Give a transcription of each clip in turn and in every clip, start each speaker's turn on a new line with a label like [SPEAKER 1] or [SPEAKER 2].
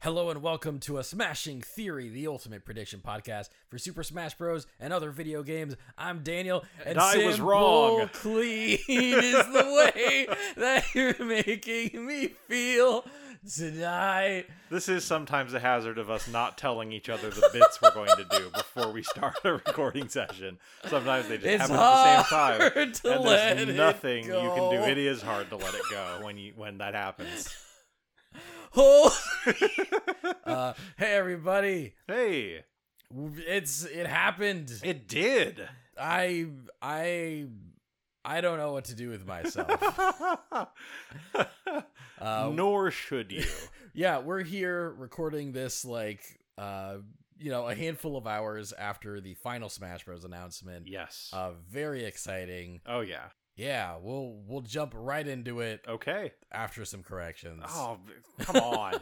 [SPEAKER 1] Hello and welcome to a Smashing Theory, the ultimate prediction podcast for Super Smash Bros. and other video games. I'm Daniel, and,
[SPEAKER 2] I
[SPEAKER 1] Sam
[SPEAKER 2] was wrong.
[SPEAKER 1] Bull Clean is the way that you're making me feel tonight.
[SPEAKER 2] This is sometimes the hazard of us not telling each other the bits we're going to do before we start a recording session. Sometimes they just
[SPEAKER 1] It's
[SPEAKER 2] happen at the same time.
[SPEAKER 1] hard to
[SPEAKER 2] and
[SPEAKER 1] let
[SPEAKER 2] there's
[SPEAKER 1] it
[SPEAKER 2] nothing you can do.
[SPEAKER 1] go.
[SPEAKER 2] It is hard to let it go when you when that happens.
[SPEAKER 1] Hold. uh, hey everybody,
[SPEAKER 2] Hey,
[SPEAKER 1] it's it happened.
[SPEAKER 2] it did.
[SPEAKER 1] I I I don't know what to do with myself. Uh,
[SPEAKER 2] Nor should you.
[SPEAKER 1] yeah we're here recording this like uh you know a handful of hours after the final smash bros announcement
[SPEAKER 2] Yes.
[SPEAKER 1] uh very exciting
[SPEAKER 2] oh yeah.
[SPEAKER 1] yeah we'll we'll jump right into it
[SPEAKER 2] Okay.
[SPEAKER 1] after some corrections
[SPEAKER 2] Oh, come on.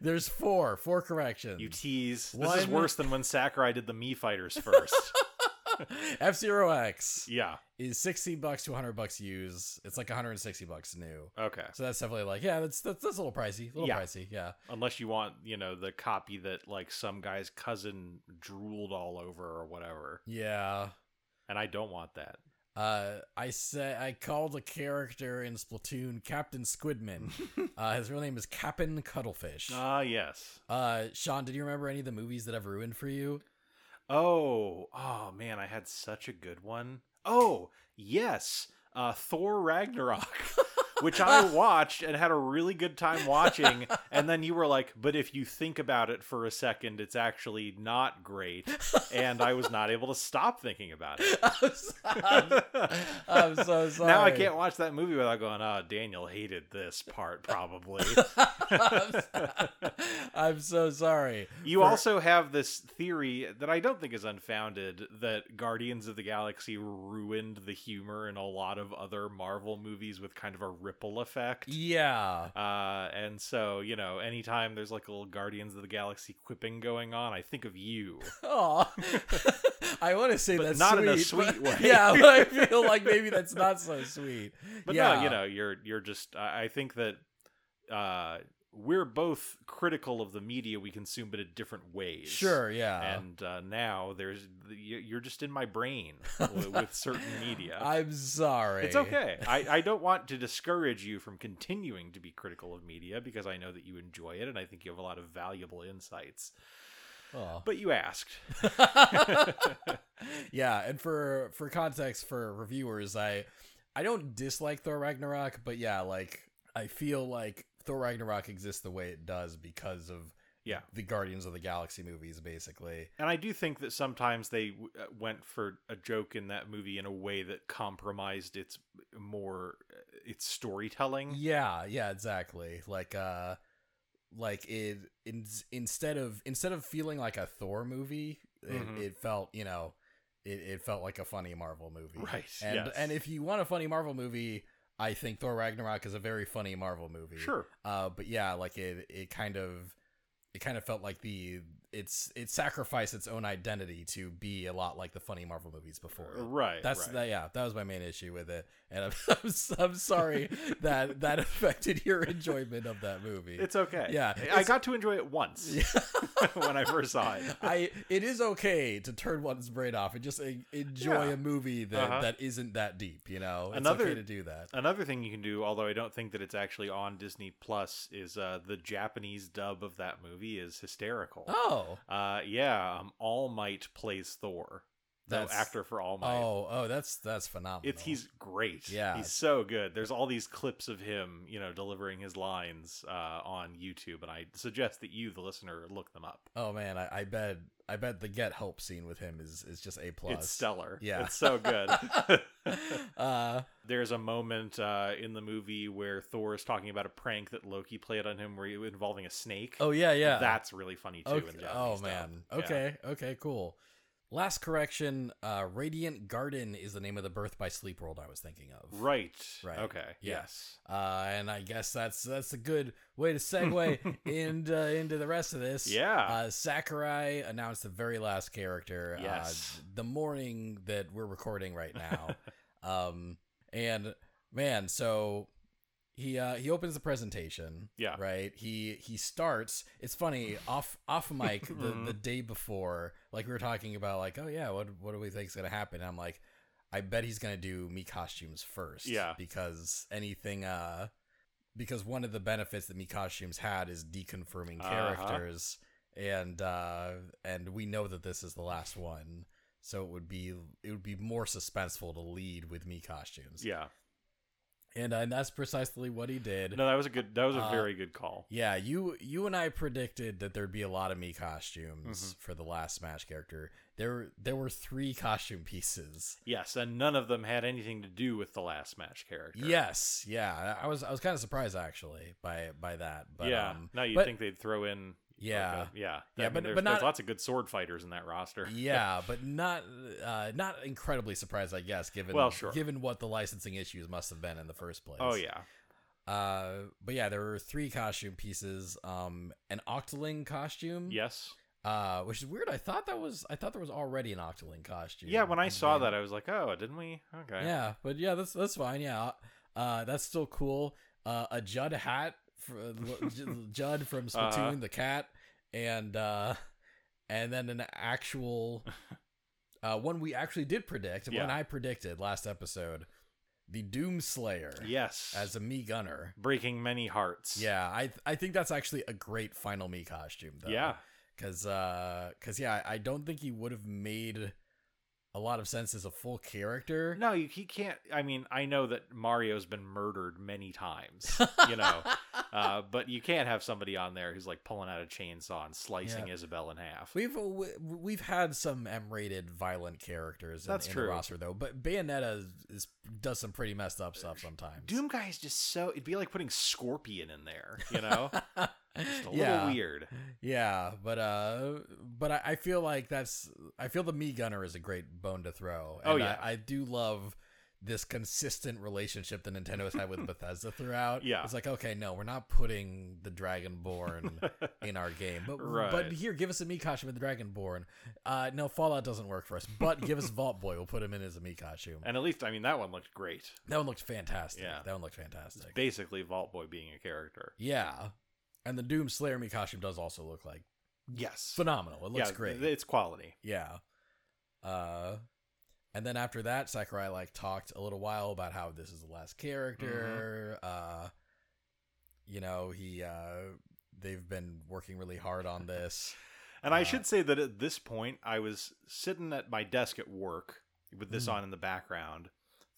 [SPEAKER 1] there's four four corrections
[SPEAKER 2] You tease. This is
[SPEAKER 1] One-
[SPEAKER 2] worse than when Sakurai did the Mii Fighters first.
[SPEAKER 1] f0x
[SPEAKER 2] yeah.
[SPEAKER 1] is 60 bucks to 100 bucks use it's like 160 bucks new
[SPEAKER 2] Okay.
[SPEAKER 1] so that's definitely like yeah that's that's, that's a little pricey a little
[SPEAKER 2] Yeah.
[SPEAKER 1] pricey yeah
[SPEAKER 2] Unless you want, you know, the copy that like some guy's cousin drooled all over or whatever.
[SPEAKER 1] yeah
[SPEAKER 2] And I don't want that.
[SPEAKER 1] Uh, I said I called a character in Splatoon Captain Squidman. uh, his real name is Captain Cuttlefish.
[SPEAKER 2] Ah, yes.
[SPEAKER 1] Uh, Sean, did you remember any of the movies that I've ruined for you?
[SPEAKER 2] Oh, oh man, I had such a good one. Oh, yes. Uh Thor Ragnarok, which I watched and had a really good time watching. And then you were like, but if you think about it for a second, it's actually not great. And I was not able to stop thinking about it.
[SPEAKER 1] I'm, so- I'm-
[SPEAKER 2] Um,
[SPEAKER 1] I'm so sorry.
[SPEAKER 2] Now I can't watch that movie without going, oh, Daniel hated this part, probably.
[SPEAKER 1] I'm, so- I'm so sorry.
[SPEAKER 2] you
[SPEAKER 1] For-
[SPEAKER 2] also have this theory that I don't think is unfounded that Guardians of the Galaxy ruined the humor in a lot of other Marvel movies with kind of a ripple effect.
[SPEAKER 1] Yeah.
[SPEAKER 2] Uh, and so, you know, anytime there's like a little Guardians of the Galaxy quipping going on, I think of you.
[SPEAKER 1] Aw. I want to say
[SPEAKER 2] But
[SPEAKER 1] that's
[SPEAKER 2] not
[SPEAKER 1] sweet,
[SPEAKER 2] in a
[SPEAKER 1] but-
[SPEAKER 2] sweet way.
[SPEAKER 1] yeah, but I feel like maybe that's not so sweet.
[SPEAKER 2] But
[SPEAKER 1] yeah.
[SPEAKER 2] no, you know, you're you're just. I, I think that uh, we're both critical of the media we consume, but in different ways.
[SPEAKER 1] Sure. Yeah.
[SPEAKER 2] And uh, now there's you- you're just in my brain with, with certain media.
[SPEAKER 1] I'm sorry.
[SPEAKER 2] it's okay. I, I don't want to discourage you from continuing to be critical of media because I know that you enjoy it and I think you have a lot of valuable insights.
[SPEAKER 1] Aw.
[SPEAKER 2] But you asked.
[SPEAKER 1] yeah, and for for context for reviewers, I I don't dislike Thor Ragnarok, but yeah, like I feel like Thor Ragnarok exists the way it does because of
[SPEAKER 2] Yeah.
[SPEAKER 1] the Guardians of the Galaxy movies, basically.
[SPEAKER 2] And I do think that sometimes they w- uh, went for a joke in that movie in a way that compromised its more uh, its storytelling.
[SPEAKER 1] Yeah, yeah, exactly. Like uh like it in, instead of instead of feeling like a Thor movie, it,
[SPEAKER 2] Mhm.
[SPEAKER 1] it felt, you know, it, it felt like a funny Marvel movie.
[SPEAKER 2] Right.
[SPEAKER 1] And
[SPEAKER 2] yes.
[SPEAKER 1] and if you want a funny Marvel movie, I think Thor Ragnarok is a very funny Marvel movie.
[SPEAKER 2] sure,
[SPEAKER 1] Uh, but yeah, like it, it kind of, it kind of felt like the it's it sacrificed its own identity to be a lot like the funny Marvel movies before. it.
[SPEAKER 2] right,
[SPEAKER 1] That's
[SPEAKER 2] right.
[SPEAKER 1] that. Yeah, that was my main issue with it, and I'm I'm, s- I'm sorry that that affected your enjoyment of that movie.
[SPEAKER 2] It's okay.
[SPEAKER 1] Yeah,
[SPEAKER 2] I
[SPEAKER 1] it's-
[SPEAKER 2] got to enjoy it once when I first saw it.
[SPEAKER 1] I it is okay to turn one's brain off and just uh, enjoy
[SPEAKER 2] Yeah.
[SPEAKER 1] a movie that,
[SPEAKER 2] Uh-huh.
[SPEAKER 1] that isn't that deep. You know, it's
[SPEAKER 2] Another-
[SPEAKER 1] okay to do that.
[SPEAKER 2] Another thing you can do, although I don't think that it's actually on Disney Plus, is uh, the Japanese dub of that movie is hysterical.
[SPEAKER 1] Oh,
[SPEAKER 2] Uh, yeah, um, All Might plays Thor, the
[SPEAKER 1] That's-
[SPEAKER 2] actor for All Might.
[SPEAKER 1] oh, oh, that's that's phenomenal.
[SPEAKER 2] It's he's great.
[SPEAKER 1] Yeah.
[SPEAKER 2] he's so good. There's all these clips of him, you know, delivering his lines uh, on YouTube, and I suggest that you, the listener, look them up.
[SPEAKER 1] Oh man, I, I bet I bet the get help scene with him is is just a plus.
[SPEAKER 2] It's stellar.
[SPEAKER 1] Yeah.
[SPEAKER 2] it's so good.
[SPEAKER 1] uh,
[SPEAKER 2] There's a moment uh, in the movie where Thor is talking about a prank that Loki played on him, where he, involving a snake.
[SPEAKER 1] oh yeah, yeah.
[SPEAKER 2] that's really funny too.
[SPEAKER 1] okay.
[SPEAKER 2] In
[SPEAKER 1] Oh
[SPEAKER 2] Japanese dub.
[SPEAKER 1] man.
[SPEAKER 2] Yeah.
[SPEAKER 1] Okay. Okay. Cool. Last correction. Uh, Radiant Garden is the name of the Birth by Sleep world I was thinking of.
[SPEAKER 2] Right.
[SPEAKER 1] Right.
[SPEAKER 2] Okay.
[SPEAKER 1] Yeah.
[SPEAKER 2] Yes.
[SPEAKER 1] Uh, and I guess that's that's a good way to segue into into the rest of this.
[SPEAKER 2] Yeah.
[SPEAKER 1] Uh, Sakurai announced the very last character.
[SPEAKER 2] Yes.
[SPEAKER 1] Uh, the morning that we're recording right now. um, and man, so he uh he opens the presentation
[SPEAKER 2] Yeah.
[SPEAKER 1] right he he starts it's funny off off mic the, the day before like we were talking about like oh yeah what what do we think's gonna happen i'm like i bet he's gonna do me costumes first
[SPEAKER 2] Yeah.
[SPEAKER 1] because anything uh because one of the benefits that me costumes had is deconfirming
[SPEAKER 2] Uh-huh.
[SPEAKER 1] characters and uh and we know that this is the last one so it would be it would be more suspenseful to lead with me costumes
[SPEAKER 2] Yeah.
[SPEAKER 1] and, uh, and that's precisely what he did
[SPEAKER 2] No, that was a good. That was a
[SPEAKER 1] Uh,
[SPEAKER 2] very good call.
[SPEAKER 1] yeah, you you and I predicted that there'd be a lot of me costumes
[SPEAKER 2] Mm-hmm.
[SPEAKER 1] for the last Smash character. There there were three costume pieces.
[SPEAKER 2] Yes, and none of them had anything to do with the last match character.
[SPEAKER 1] Yes, yeah. I I was I was kind of surprised actually by by that. But
[SPEAKER 2] yeah.
[SPEAKER 1] um,
[SPEAKER 2] now you'd
[SPEAKER 1] but-
[SPEAKER 2] think they'd throw in. like,
[SPEAKER 1] yeah.
[SPEAKER 2] a- yeah.
[SPEAKER 1] Yeah,
[SPEAKER 2] I
[SPEAKER 1] but-
[SPEAKER 2] mean, there's,
[SPEAKER 1] but not-
[SPEAKER 2] there's lots of good sword fighters in that roster.
[SPEAKER 1] yeah, but not uh, not incredibly surprised, I guess, given
[SPEAKER 2] Well, sure.
[SPEAKER 1] given what the licensing issues must have been in the first place.
[SPEAKER 2] oh yeah.
[SPEAKER 1] Uh, but yeah, there were three costume pieces. Um, an Octoling costume.
[SPEAKER 2] Yes.
[SPEAKER 1] Uh, which is weird. I thought that was I thought there was already an Octoling costume.
[SPEAKER 2] Yeah. When I saw
[SPEAKER 1] that.
[SPEAKER 2] that, I was like, oh, didn't we? Okay.
[SPEAKER 1] Yeah, but yeah, that's that's fine. Yeah, uh, that's still cool. Uh, a Judd hat, for, uh, Judd from Splatoon
[SPEAKER 2] Uh-huh.
[SPEAKER 1] the cat, and uh, and then an actual uh, one we actually did predict. One
[SPEAKER 2] Yeah.
[SPEAKER 1] I predicted last episode, the Doomslayer
[SPEAKER 2] Yes.
[SPEAKER 1] as a me gunner.
[SPEAKER 2] breaking many hearts.
[SPEAKER 1] Yeah, I I think that's actually a great final me costume. Though.
[SPEAKER 2] Yeah.
[SPEAKER 1] Cause, uh, cause, yeah, I I don't think he would have made a lot of sense as a full character.
[SPEAKER 2] No, you, he can't. I mean, I know that Mario's been murdered many times, you know, uh, but you can't have somebody on there who's like pulling out a chainsaw and slicing
[SPEAKER 1] Yeah.
[SPEAKER 2] Isabel in half.
[SPEAKER 1] We've uh, we- we've had some M-rated violent characters. In,
[SPEAKER 2] That's
[SPEAKER 1] in
[SPEAKER 2] true.
[SPEAKER 1] The roster though, but Bayonetta is, is does some pretty messed up stuff sometimes.
[SPEAKER 2] Doom guy is just so. It'd be like putting Scorpion in there, you know? Just a
[SPEAKER 1] yeah,
[SPEAKER 2] little weird.
[SPEAKER 1] yeah, but uh, but I, I feel like that's I feel the me gunner is a great bone to throw.
[SPEAKER 2] Oh,
[SPEAKER 1] And
[SPEAKER 2] yeah.
[SPEAKER 1] I, I do love this consistent relationship that Nintendo has had with Bethesda throughout.
[SPEAKER 2] Yeah.
[SPEAKER 1] it's like okay, no, we're not putting the Dragonborn in our game, but
[SPEAKER 2] Right.
[SPEAKER 1] but here, give us a Mii costume with the Dragonborn. Uh, no, Fallout doesn't work for us, but give us Vault Boy. We'll put him in as a Mii costume.
[SPEAKER 2] And at least, I mean, that one looked great.
[SPEAKER 1] That one looked fantastic.
[SPEAKER 2] Yeah.
[SPEAKER 1] That one looked
[SPEAKER 2] It's
[SPEAKER 1] fantastic.
[SPEAKER 2] basically Vault Boy being a character.
[SPEAKER 1] yeah. And the Doom Slayer Mii costume does also look like
[SPEAKER 2] Yes.
[SPEAKER 1] phenomenal. It looks
[SPEAKER 2] yeah,
[SPEAKER 1] great.
[SPEAKER 2] th- It's quality.
[SPEAKER 1] yeah. Uh and then after that, Sakurai like talked a little while about how this is the last character.
[SPEAKER 2] Mm-hmm.
[SPEAKER 1] Uh you know, he uh they've been working really hard on this.
[SPEAKER 2] And I
[SPEAKER 1] Uh,
[SPEAKER 2] should say that at this point, I was sitting at my desk at work with this
[SPEAKER 1] Mm.
[SPEAKER 2] on in the background,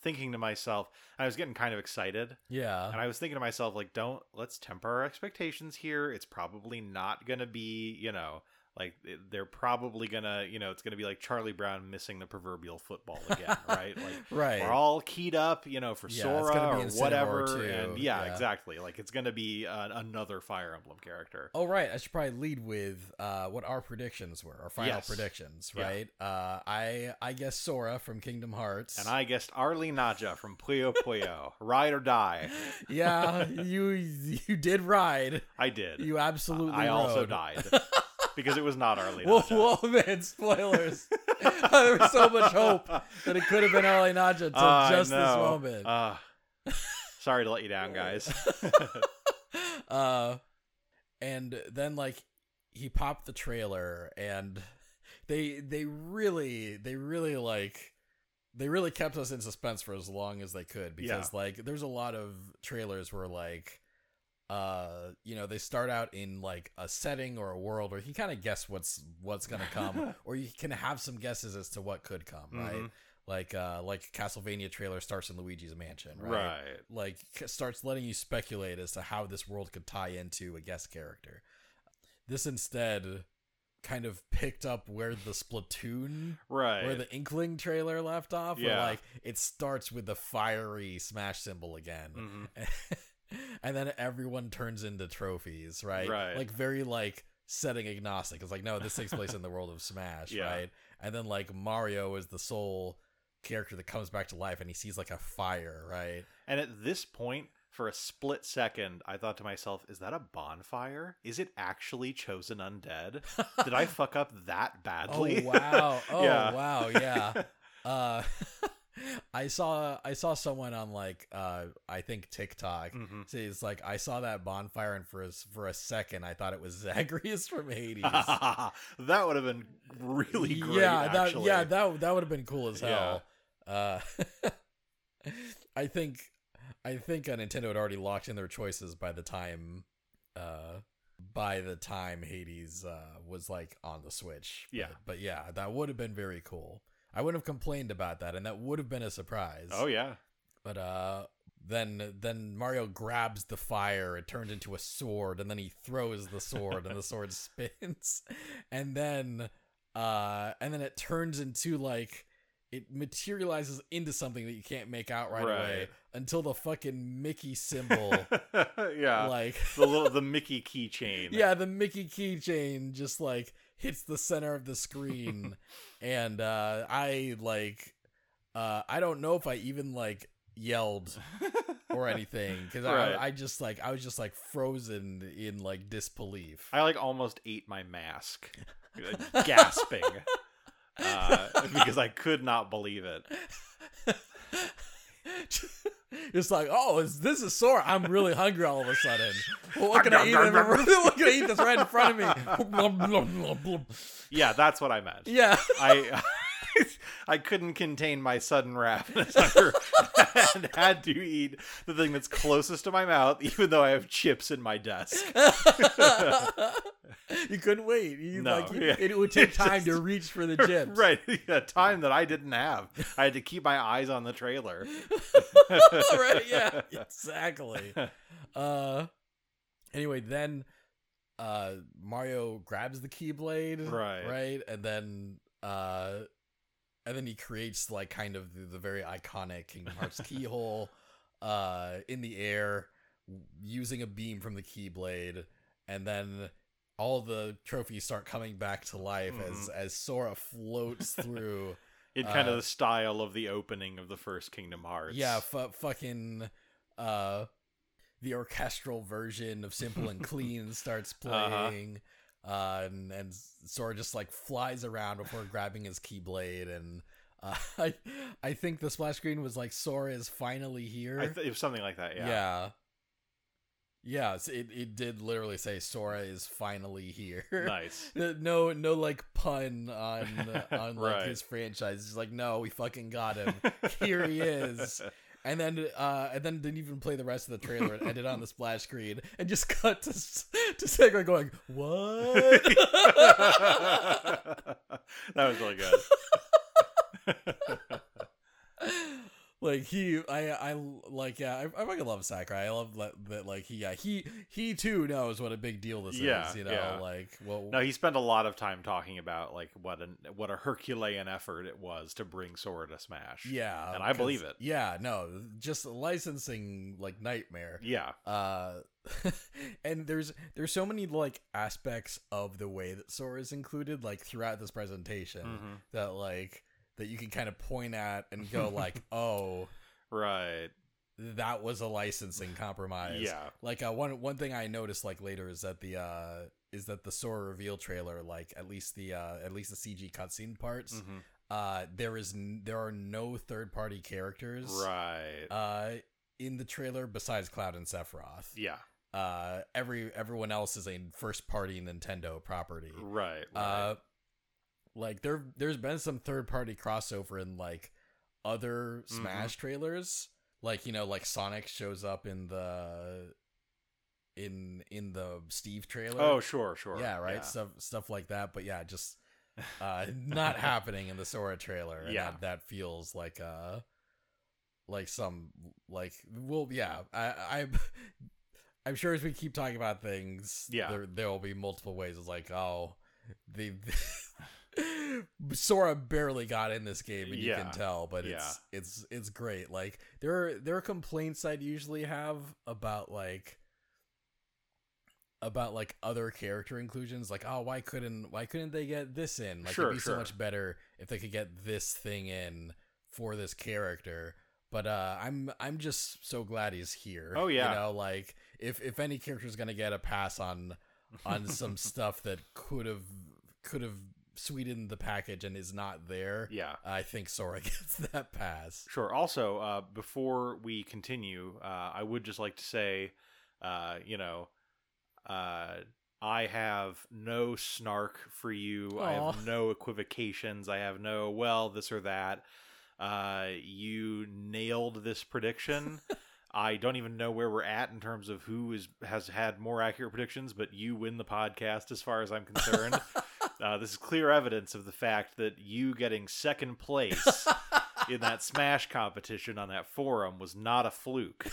[SPEAKER 2] thinking to myself, I was getting kind of excited.
[SPEAKER 1] Yeah.
[SPEAKER 2] And I was thinking to myself, like, don't, let's temper our expectations here. It's probably not going to be, you know, like it- they're probably going to, you know, it's going to be like Charlie Brown missing the proverbial football again, right? Like,
[SPEAKER 1] right.
[SPEAKER 2] we're all keyed up, you know, for
[SPEAKER 1] Yeah, it's gonna
[SPEAKER 2] Sora
[SPEAKER 1] be
[SPEAKER 2] or
[SPEAKER 1] in Cinema
[SPEAKER 2] whatever.
[SPEAKER 1] or two,
[SPEAKER 2] And yeah,
[SPEAKER 1] yeah.
[SPEAKER 2] exactly. Like, it's going to be an, another Fire Emblem character.
[SPEAKER 1] Oh right, I should probably lead with uh, what our predictions were, our final
[SPEAKER 2] Yes.
[SPEAKER 1] predictions,
[SPEAKER 2] Yeah.
[SPEAKER 1] right? Uh, I I guess Sora from Kingdom Hearts,
[SPEAKER 2] And I guessed Arlie Naja from Puyo Puyo. Ride or die.
[SPEAKER 1] yeah, you you did ride,
[SPEAKER 2] I did.
[SPEAKER 1] you absolutely.
[SPEAKER 2] I also
[SPEAKER 1] rode.
[SPEAKER 2] died. because it was not Arlie
[SPEAKER 1] Whoa,
[SPEAKER 2] Naja.
[SPEAKER 1] whoa, man! Spoilers. there was so much hope that it could have been Arlie Naja until
[SPEAKER 2] I
[SPEAKER 1] just this
[SPEAKER 2] know.
[SPEAKER 1] moment. Uh,
[SPEAKER 2] Ah. sorry to let you down, guys.
[SPEAKER 1] Uh, and then like he popped the trailer, and they they really they really like they really kept us in suspense for as long as they could because like there's a lot of trailers where like uh you know they start out in like a setting or a world where you can kind of guess what's what's gonna come or you can have some guesses as to what could come right
[SPEAKER 2] Mhm.
[SPEAKER 1] like uh like castlevania trailer starts in luigi's mansion right,
[SPEAKER 2] Right.
[SPEAKER 1] like c- starts letting you speculate as to how this world could tie into a guest character this instead kind of picked up where the splatoon
[SPEAKER 2] Right.
[SPEAKER 1] where the Inkling trailer left off, where
[SPEAKER 2] Yeah.
[SPEAKER 1] like it starts with the fiery smash symbol again,
[SPEAKER 2] Mhm.
[SPEAKER 1] and then everyone turns into trophies, right?
[SPEAKER 2] Right.
[SPEAKER 1] Like very like setting agnostic. It's like no, this takes place in the world of Smash,
[SPEAKER 2] Yeah.
[SPEAKER 1] right? And then like Mario is the sole character that comes back to life, and he sees like a fire, right?
[SPEAKER 2] And at this point, for a split second, I thought to myself, is that a bonfire? Is it actually Chosen Undead? Did I fuck up that
[SPEAKER 1] Oh
[SPEAKER 2] badly?
[SPEAKER 1] wow! Oh
[SPEAKER 2] Yeah.
[SPEAKER 1] wow! Yeah. Uh, I saw I saw someone on like uh I think TikTok.
[SPEAKER 2] hmm
[SPEAKER 1] See, it's like I saw that bonfire, and for a, s- for a second, I thought it was Zagreus from Hades.
[SPEAKER 2] that would have been really great.
[SPEAKER 1] yeah, that
[SPEAKER 2] actually.
[SPEAKER 1] yeah that that would have been cool as hell. Uh, I think I think uh, Nintendo had already locked in their choices by the time uh by the time Hades uh was like on the Switch.
[SPEAKER 2] Yeah.
[SPEAKER 1] but, but yeah, that would have been very cool. I wouldn't have complained about that, and that would have been a surprise.
[SPEAKER 2] Oh yeah.
[SPEAKER 1] But uh then then Mario grabs the fire, it turns into a sword, and then he throws the sword and the sword spins. And then uh and then it turns into like it materializes into something that you can't make out right, away
[SPEAKER 2] Right.
[SPEAKER 1] until the fucking Mickey symbol
[SPEAKER 2] yeah.
[SPEAKER 1] like
[SPEAKER 2] the little the Mickey keychain.
[SPEAKER 1] yeah, the Mickey keychain just like hits the center of the screen, and uh, I like, uh, I don't know if I even like yelled or anything because
[SPEAKER 2] Right.
[SPEAKER 1] I, I just like I was just like frozen in like disbelief.
[SPEAKER 2] I like almost ate my mask, gasping uh, because I could not believe it.
[SPEAKER 1] It's like, oh, is, this is sore. I'm really hungry all of a sudden. Well, what can I eat? what can I eat that's right in front of me?
[SPEAKER 2] Yeah, that's what I meant.
[SPEAKER 1] yeah.
[SPEAKER 2] I I couldn't contain my sudden ravenous hunger and had to eat the thing that's closest to my mouth, even though I have chips in my desk.
[SPEAKER 1] you couldn't wait. You,
[SPEAKER 2] No,
[SPEAKER 1] like, you-
[SPEAKER 2] yeah.
[SPEAKER 1] It would take
[SPEAKER 2] It's
[SPEAKER 1] time to
[SPEAKER 2] just-
[SPEAKER 1] reach for the chips.
[SPEAKER 2] Right, a time that I didn't have. I had to keep my eyes on the trailer.
[SPEAKER 1] right. Yeah. Exactly. Uh. Anyway, then, uh, Mario grabs the Keyblade.
[SPEAKER 2] Right.
[SPEAKER 1] Right, and then, uh, and then he creates like kind of the, the very iconic Kingdom Hearts keyhole, uh, in the air w- using a beam from the Keyblade, and then. All the trophies start coming back to life as as Sora floats through
[SPEAKER 2] In kind
[SPEAKER 1] Uh,
[SPEAKER 2] of the style of the opening of the first Kingdom Hearts.
[SPEAKER 1] Yeah, fu fucking uh the orchestral version of Simple and Clean starts
[SPEAKER 2] Uh-huh.
[SPEAKER 1] playing. uh and, and Sora just like flies around before grabbing his keyblade and uh, I I think the splash screen was like Sora is finally here.
[SPEAKER 2] I th- it was something like that. Yeah.
[SPEAKER 1] yeah. Yeah, it's- it it did literally say Sora is finally here.
[SPEAKER 2] Nice.
[SPEAKER 1] No, no, like pun on on like
[SPEAKER 2] Right.
[SPEAKER 1] his franchise. He's like, no, we fucking got him. Here he is. And then, uh, and then didn't even play the rest of the trailer. It ended on the splash screen and just cut to to Segre going, "What?"
[SPEAKER 2] that was really good.
[SPEAKER 1] like he, I, I like, yeah, I, I fucking love Sakurai. I love that, that like he, yeah, he, he too knows what a big deal this
[SPEAKER 2] Yeah,
[SPEAKER 1] is. You know,
[SPEAKER 2] yeah.
[SPEAKER 1] like, well,
[SPEAKER 2] No, he spent a lot of time talking about like what an what a Herculean effort it was to bring Sora to Smash.
[SPEAKER 1] yeah,
[SPEAKER 2] and I
[SPEAKER 1] 'cause-
[SPEAKER 2] believe it.
[SPEAKER 1] Yeah, no, just a licensing like nightmare.
[SPEAKER 2] Yeah.
[SPEAKER 1] uh and there's there's so many like aspects of the way that Sora is included like throughout this presentation
[SPEAKER 2] Mhm.
[SPEAKER 1] that like that you can kind of point at and go like oh
[SPEAKER 2] Right.
[SPEAKER 1] that was a licensing compromise
[SPEAKER 2] Yeah.
[SPEAKER 1] like uh, one one thing I noticed like later is that the uh is that the Sora reveal trailer like at least the uh at least the CG cutscene parts
[SPEAKER 2] Mhm.
[SPEAKER 1] uh there is n- there are no third party characters
[SPEAKER 2] Right.
[SPEAKER 1] uh in the trailer besides Cloud and Sephiroth
[SPEAKER 2] yeah.
[SPEAKER 1] uh every everyone else is a first party Nintendo property.
[SPEAKER 2] Right. right.
[SPEAKER 1] Uh like there there's been some third party crossover in like other
[SPEAKER 2] Mhm.
[SPEAKER 1] Smash trailers. Like, you know, like Sonic shows up in the in in the Steve trailer.
[SPEAKER 2] oh, sure, sure.
[SPEAKER 1] Yeah, right. Stuff stuff like that. But yeah, just uh not happening in the Sora trailer. and
[SPEAKER 2] Yeah.
[SPEAKER 1] that, that feels like uh like some like well yeah, I I I'm sure as we keep talking about things,
[SPEAKER 2] Yeah.
[SPEAKER 1] there there will be multiple ways it's like, oh the Sora barely got in this game and you
[SPEAKER 2] Yeah.
[SPEAKER 1] can tell, but
[SPEAKER 2] Yeah.
[SPEAKER 1] it's it's it's great. Like there are there are complaints I'd usually have about like about like other character inclusions like oh why couldn't why couldn't they get this in like
[SPEAKER 2] Sure,
[SPEAKER 1] it'd be so
[SPEAKER 2] sure.
[SPEAKER 1] much better if they could get this thing in for this character but uh i'm i'm just so glad he's here
[SPEAKER 2] Oh, yeah.
[SPEAKER 1] you know like if if any character's gonna get a pass on on some stuff that could have could have sweetened the package and is not there,
[SPEAKER 2] Yeah.
[SPEAKER 1] I think Sora gets that pass.
[SPEAKER 2] Sure. Also, uh, before we continue, uh, I would just like to say, uh, you know, uh, I have no snark for you. I
[SPEAKER 1] Aw.
[SPEAKER 2] have no equivocations. I have no, well, this or that. Uh, you nailed this prediction. I don't even know where we're at in terms of who is has had more accurate predictions, but you win the podcast as far as I'm concerned. uh, this is clear evidence of the fact that you getting second place in that Smash competition on that forum was not a fluke.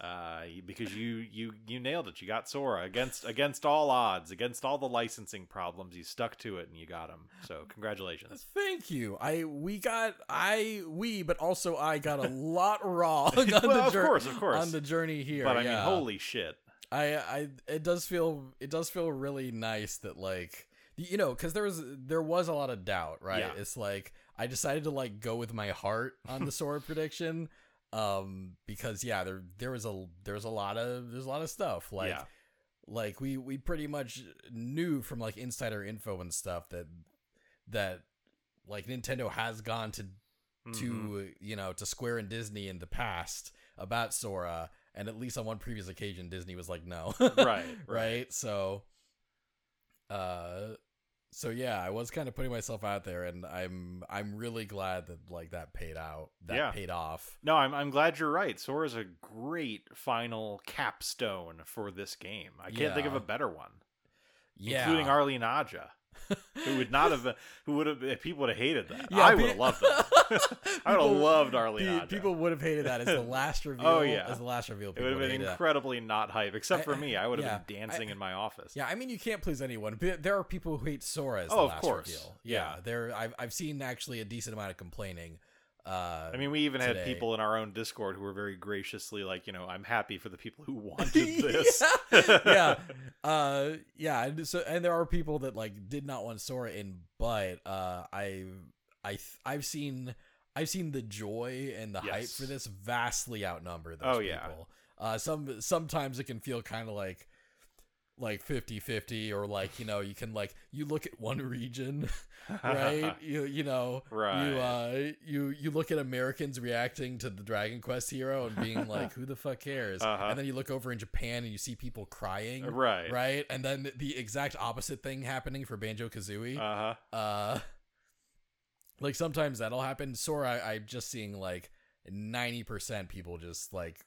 [SPEAKER 2] Uh, because you you you nailed it. You got Sora against against all odds, against all the licensing problems. You stuck to it and you got him. So congratulations.
[SPEAKER 1] Thank you. I we got I we but also I got a lot wrong on
[SPEAKER 2] Well,
[SPEAKER 1] the
[SPEAKER 2] of
[SPEAKER 1] jour-
[SPEAKER 2] course, of course.
[SPEAKER 1] on the journey here.
[SPEAKER 2] but I mean,
[SPEAKER 1] yeah.
[SPEAKER 2] holy shit!
[SPEAKER 1] I I it does feel it does feel really nice that like you know because there was there was a lot of doubt right
[SPEAKER 2] Yeah.
[SPEAKER 1] it's like I decided to like go with my heart on the Sora prediction um because yeah there there was a there's a lot of there's a lot of stuff like
[SPEAKER 2] yeah,
[SPEAKER 1] like we we pretty much knew from like insider info and stuff that that like Nintendo has gone to
[SPEAKER 2] Mhm.
[SPEAKER 1] to you know to Square and Disney in the past about Sora, and at least on one previous occasion, Disney was like, "No,
[SPEAKER 2] right, right.
[SPEAKER 1] right." So, uh, so yeah, I was kind of putting myself out there, and I'm I'm really glad that like that paid out, that
[SPEAKER 2] Yeah.
[SPEAKER 1] paid off.
[SPEAKER 2] No, I'm I'm glad you're right. Sora's a great final capstone for this game. I can't think of
[SPEAKER 1] Yeah.
[SPEAKER 2] a better one,
[SPEAKER 1] Yeah,
[SPEAKER 2] including Arlie Naja, who would not have who would have if people would have hated that.
[SPEAKER 1] Yeah,
[SPEAKER 2] I
[SPEAKER 1] pe-
[SPEAKER 2] would have loved that. I would have
[SPEAKER 1] People-
[SPEAKER 2] loved Arlie
[SPEAKER 1] pe-
[SPEAKER 2] Naja.
[SPEAKER 1] People would have hated that as the last reveal.
[SPEAKER 2] Oh, yeah.
[SPEAKER 1] as the last reveal.
[SPEAKER 2] it
[SPEAKER 1] people
[SPEAKER 2] would have been
[SPEAKER 1] hated that.
[SPEAKER 2] incredibly not hype, except
[SPEAKER 1] I-
[SPEAKER 2] for me. I would have
[SPEAKER 1] yeah,
[SPEAKER 2] been dancing in my office.
[SPEAKER 1] Yeah, I mean you can't please anyone. But there are people who hate Sora as the
[SPEAKER 2] Oh, of
[SPEAKER 1] last
[SPEAKER 2] course.
[SPEAKER 1] reveal.
[SPEAKER 2] Yeah.
[SPEAKER 1] Yeah, there I've I've seen actually a decent amount of complaining. Uh,
[SPEAKER 2] I mean, we even had
[SPEAKER 1] today.
[SPEAKER 2] people in our own Discord who were very graciously like, you know, I'm happy for the people who wanted this.
[SPEAKER 1] yeah, yeah, uh, yeah. And so and there are people that like did not want Sora in, but uh, I I th- I've seen I've seen the joy and the hype
[SPEAKER 2] Yes.
[SPEAKER 1] for this vastly outnumber those
[SPEAKER 2] Oh, yeah.
[SPEAKER 1] people. Uh, some sometimes it can feel kind of like like 50-50 or like you know you can like you look at one region right? you you know, you
[SPEAKER 2] Right.
[SPEAKER 1] uh, you you look at Americans reacting to the Dragon Quest hero and being like, "Who the fuck cares?"
[SPEAKER 2] Uh-huh.
[SPEAKER 1] And then you look over in Japan and you see people crying,
[SPEAKER 2] Uh, right.
[SPEAKER 1] right? And then the exact opposite thing happening for Banjo Kazooie.
[SPEAKER 2] Uh huh.
[SPEAKER 1] Uh, like sometimes that'll happen. Sora, I, I'm just seeing like ninety percent people just like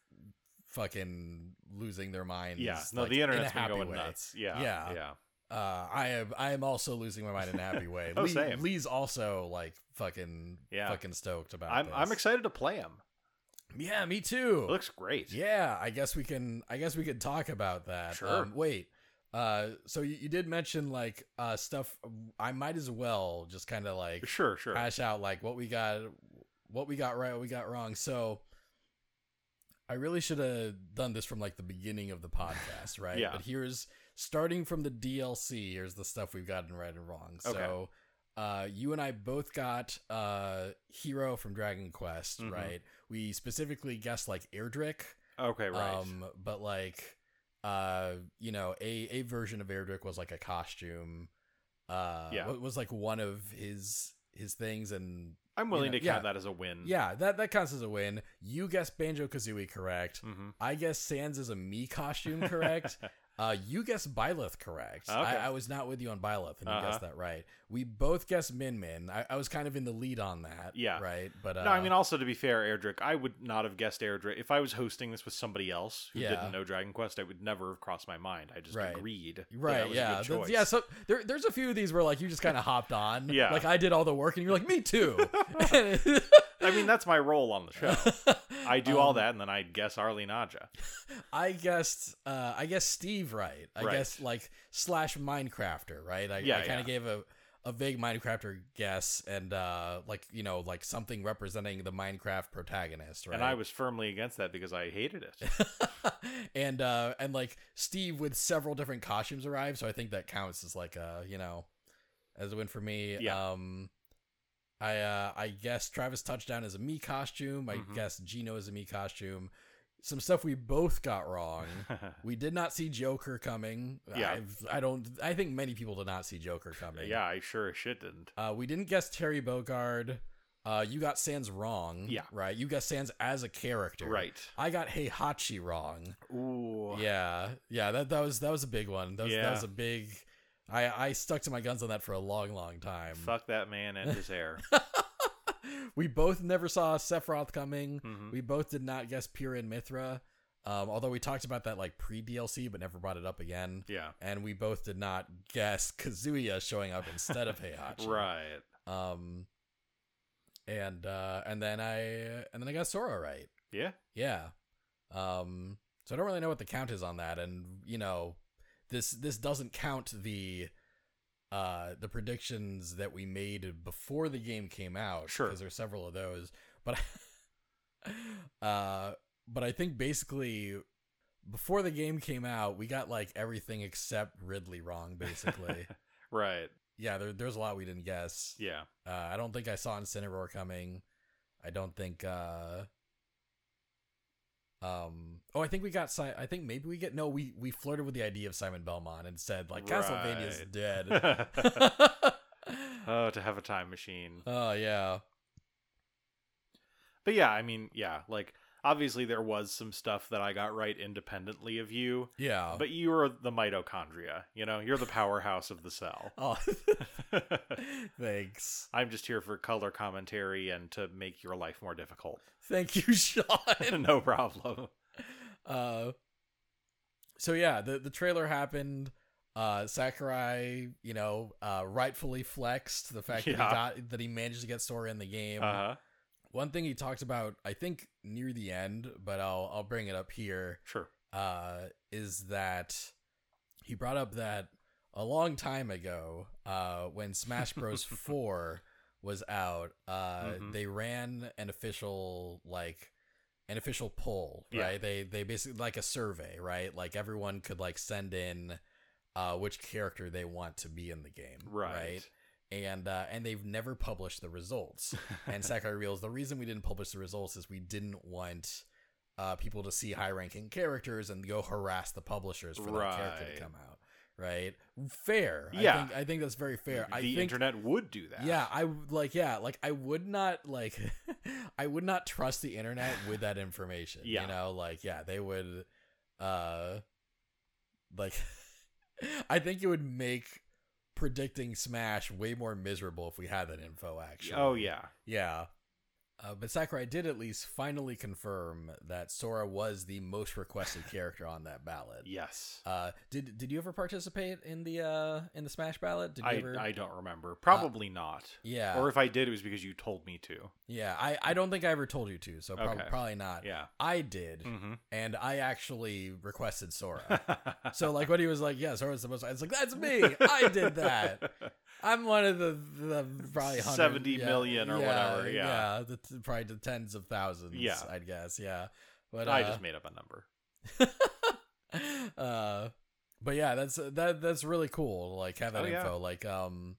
[SPEAKER 1] fucking losing their minds.
[SPEAKER 2] Yeah. No,
[SPEAKER 1] like,
[SPEAKER 2] the
[SPEAKER 1] in a
[SPEAKER 2] internet's been
[SPEAKER 1] happy
[SPEAKER 2] going
[SPEAKER 1] way.
[SPEAKER 2] nuts. Yeah.
[SPEAKER 1] Yeah.
[SPEAKER 2] Yeah.
[SPEAKER 1] Uh, I am I am also losing my mind in a happy way.
[SPEAKER 2] Oh,
[SPEAKER 1] Lee,
[SPEAKER 2] same.
[SPEAKER 1] Lee's also like fucking
[SPEAKER 2] Yeah.
[SPEAKER 1] fucking stoked about
[SPEAKER 2] I'm
[SPEAKER 1] this.
[SPEAKER 2] I'm excited to play him.
[SPEAKER 1] Yeah, me too.
[SPEAKER 2] It looks great.
[SPEAKER 1] yeah, I guess we can I guess we could talk about that.
[SPEAKER 2] Sure.
[SPEAKER 1] Um, wait. Uh so you, you did mention like uh stuff I might as well just kind of like
[SPEAKER 2] Sure. Sure.
[SPEAKER 1] hash out like what we got what we got right, what we got wrong. So I really should have done this from like the beginning of the podcast, right?
[SPEAKER 2] Yeah.
[SPEAKER 1] But here's starting from the DLC, here's the stuff we've gotten right and wrong. So
[SPEAKER 2] Okay.
[SPEAKER 1] uh you and I both got uh Hero from Dragon Quest,
[SPEAKER 2] Mhm.
[SPEAKER 1] right? We specifically guessed like Erdrick.
[SPEAKER 2] okay. Right.
[SPEAKER 1] Um but like uh you know, a a version of Erdrick was like a costume. Uh
[SPEAKER 2] Yeah.
[SPEAKER 1] yeah. was like one of his his things and
[SPEAKER 2] I'm willing
[SPEAKER 1] you know,
[SPEAKER 2] to count
[SPEAKER 1] yeah.
[SPEAKER 2] that as a win.
[SPEAKER 1] yeah, that that counts as a win. You guessed Banjo Kazooie correct.
[SPEAKER 2] hmm
[SPEAKER 1] I guess Sans is a me costume correct. uh, you guessed Byleth correct.
[SPEAKER 2] Okay.
[SPEAKER 1] I, I was not with you on Byleth, and you
[SPEAKER 2] Uh-huh.
[SPEAKER 1] guessed that right. We both guessed Min Min. I, I was kind of in the lead on that.
[SPEAKER 2] Yeah.
[SPEAKER 1] Right. But uh,
[SPEAKER 2] No, I mean also to be fair, Erdrick, I would not have guessed Erdrick if I was hosting this with somebody else who
[SPEAKER 1] Yeah.
[SPEAKER 2] didn't know Dragon Quest. I would never have crossed my mind. I just
[SPEAKER 1] Right.
[SPEAKER 2] agreed. that
[SPEAKER 1] Right,
[SPEAKER 2] that was
[SPEAKER 1] yeah,
[SPEAKER 2] A good
[SPEAKER 1] That's-
[SPEAKER 2] choice.
[SPEAKER 1] yeah. So there, there's a few of these where like you just kind of hopped on,
[SPEAKER 2] Yeah.
[SPEAKER 1] Like I did all the work, and you're like, me too.
[SPEAKER 2] I mean that's my role on the show. I do all
[SPEAKER 1] Um,
[SPEAKER 2] that, and then I guess Arlie Naja.
[SPEAKER 1] I guessed uh I guess Steve right. I
[SPEAKER 2] Right.
[SPEAKER 1] guess like slash Minecrafter, right? I,
[SPEAKER 2] Yeah,
[SPEAKER 1] I kinda
[SPEAKER 2] yeah.
[SPEAKER 1] gave a a vague Minecrafter guess and uh like you know, like something representing the Minecraft protagonist, right?
[SPEAKER 2] And I was firmly against that because I hated it.
[SPEAKER 1] and uh and like Steve with several different costumes arrived, so I think that counts as like uh, you know, as a win for me.
[SPEAKER 2] Yeah.
[SPEAKER 1] Um I uh I guess Travis touchdown is a me costume. I
[SPEAKER 2] Mhm.
[SPEAKER 1] guess Gino is a me costume. some stuff we both got wrong. We did not see Joker coming.
[SPEAKER 2] Yeah.
[SPEAKER 1] I've, I don't. I think many people did not see Joker coming.
[SPEAKER 2] yeah, I sure as shit didn't.
[SPEAKER 1] Uh, we didn't guess Terry Bogard. Uh, you got Sans wrong.
[SPEAKER 2] Yeah.
[SPEAKER 1] Right. You got Sans as a character.
[SPEAKER 2] Right.
[SPEAKER 1] I got Heihachi wrong.
[SPEAKER 2] Ooh.
[SPEAKER 1] Yeah. Yeah. That that was that was a big one. That was, that
[SPEAKER 2] Yeah.
[SPEAKER 1] was a big. I I stuck to my guns on that for a long, long time.
[SPEAKER 2] Fuck that man and his hair.
[SPEAKER 1] we both never saw Sephiroth coming.
[SPEAKER 2] Mhm.
[SPEAKER 1] We both did not guess Pyrrha and Mithra. Um, although we talked about that like pre DLC, but never brought it up again.
[SPEAKER 2] Yeah.
[SPEAKER 1] And we both did not guess Kazuya showing up instead of Heihachi.
[SPEAKER 2] Right.
[SPEAKER 1] Um, and uh, and then I and then I got Sora right.
[SPEAKER 2] Yeah.
[SPEAKER 1] Yeah. Um, so I don't really know what the count is on that, and you know, this this doesn't count the uh the predictions that we made before the game came out.
[SPEAKER 2] Sure.
[SPEAKER 1] because there's several of those. But uh, but I think basically before the game came out, we got like everything except Ridley wrong. Basically,
[SPEAKER 2] Right.
[SPEAKER 1] yeah. There, there's a lot we didn't guess.
[SPEAKER 2] Yeah.
[SPEAKER 1] Uh, I don't think I saw Incineroar coming. I don't think. uh Um. Oh, I think we got. Si- I think maybe we get. No, we we flirted with the idea of Simon Belmont and said like Castlevania's
[SPEAKER 2] Right.
[SPEAKER 1] dead.
[SPEAKER 2] oh, to have a time machine.
[SPEAKER 1] oh yeah.
[SPEAKER 2] But yeah, I mean, yeah, like obviously there was some stuff that I got right independently of you,
[SPEAKER 1] Yeah.
[SPEAKER 2] but you are the mitochondria, you know? You're the powerhouse of the cell.
[SPEAKER 1] oh, thanks.
[SPEAKER 2] I'm just here for color commentary and to make your life more difficult.
[SPEAKER 1] Thank you, Sean.
[SPEAKER 2] no problem.
[SPEAKER 1] uh. So yeah, the the trailer happened. Uh, Sakurai, you know, uh, rightfully flexed the fact that
[SPEAKER 2] Yeah.
[SPEAKER 1] he got that he managed to get Sora in the game.
[SPEAKER 2] Uh-huh.
[SPEAKER 1] One thing he talked about, I think near the end, but I'll I'll bring it up here,
[SPEAKER 2] Sure.
[SPEAKER 1] uh, is that he brought up that a long time ago, uh, when Smash Bros. Four was out, uh,
[SPEAKER 2] Mhm.
[SPEAKER 1] they ran an official like an official poll,
[SPEAKER 2] Yeah.
[SPEAKER 1] right? They they basically like a survey, right? Like everyone could like send in uh, which character they want to be in the game,
[SPEAKER 2] Right.
[SPEAKER 1] And uh, and they've never published the results and Sakurai reveals the reason we didn't publish the results is we didn't want uh, people to see high ranking characters and go harass the publishers for that character
[SPEAKER 2] Right.
[SPEAKER 1] to come out. Right? Fair. I
[SPEAKER 2] Yeah.
[SPEAKER 1] think, I think that's very fair. I
[SPEAKER 2] the
[SPEAKER 1] think
[SPEAKER 2] internet would do that.
[SPEAKER 1] yeah, I w- like yeah, like I would not like I would not trust the internet with that information.
[SPEAKER 2] Yeah.
[SPEAKER 1] You know, like yeah, they would uh like I think it would make predicting smash way more miserable if we had that info actually.
[SPEAKER 2] Oh yeah.
[SPEAKER 1] Yeah. Uh, but Sakurai did at least finally confirm that Sora was the most requested character on that ballot.
[SPEAKER 2] Yes.
[SPEAKER 1] Uh, did did you ever participate in the uh, in the Smash ballot? Did you
[SPEAKER 2] I,
[SPEAKER 1] ever? Uh,
[SPEAKER 2] I don't remember. Probably not.
[SPEAKER 1] yeah,
[SPEAKER 2] Or if I did, it was because you told me to.
[SPEAKER 1] yeah. I, I don't think I ever told you to, so prob-
[SPEAKER 2] Okay.
[SPEAKER 1] probably not.
[SPEAKER 2] Yeah.
[SPEAKER 1] I did,
[SPEAKER 2] hmm
[SPEAKER 1] and I actually requested Sora.
[SPEAKER 2] Mm-hmm.
[SPEAKER 1] so like when he was like, "Yeah, Sora's the most," I was like, "That's me. I did that. I'm one of the, the probably 100,
[SPEAKER 2] 70
[SPEAKER 1] yeah,
[SPEAKER 2] million or whatever, yeah.
[SPEAKER 1] the t- probably the tens of thousands.
[SPEAKER 2] Yeah.
[SPEAKER 1] I'd guess. Yeah, but
[SPEAKER 2] I
[SPEAKER 1] uh,
[SPEAKER 2] just made up a number.
[SPEAKER 1] uh, but yeah, that's that that's really cool. to, Like have that
[SPEAKER 2] Oh, yeah.
[SPEAKER 1] info. Like um,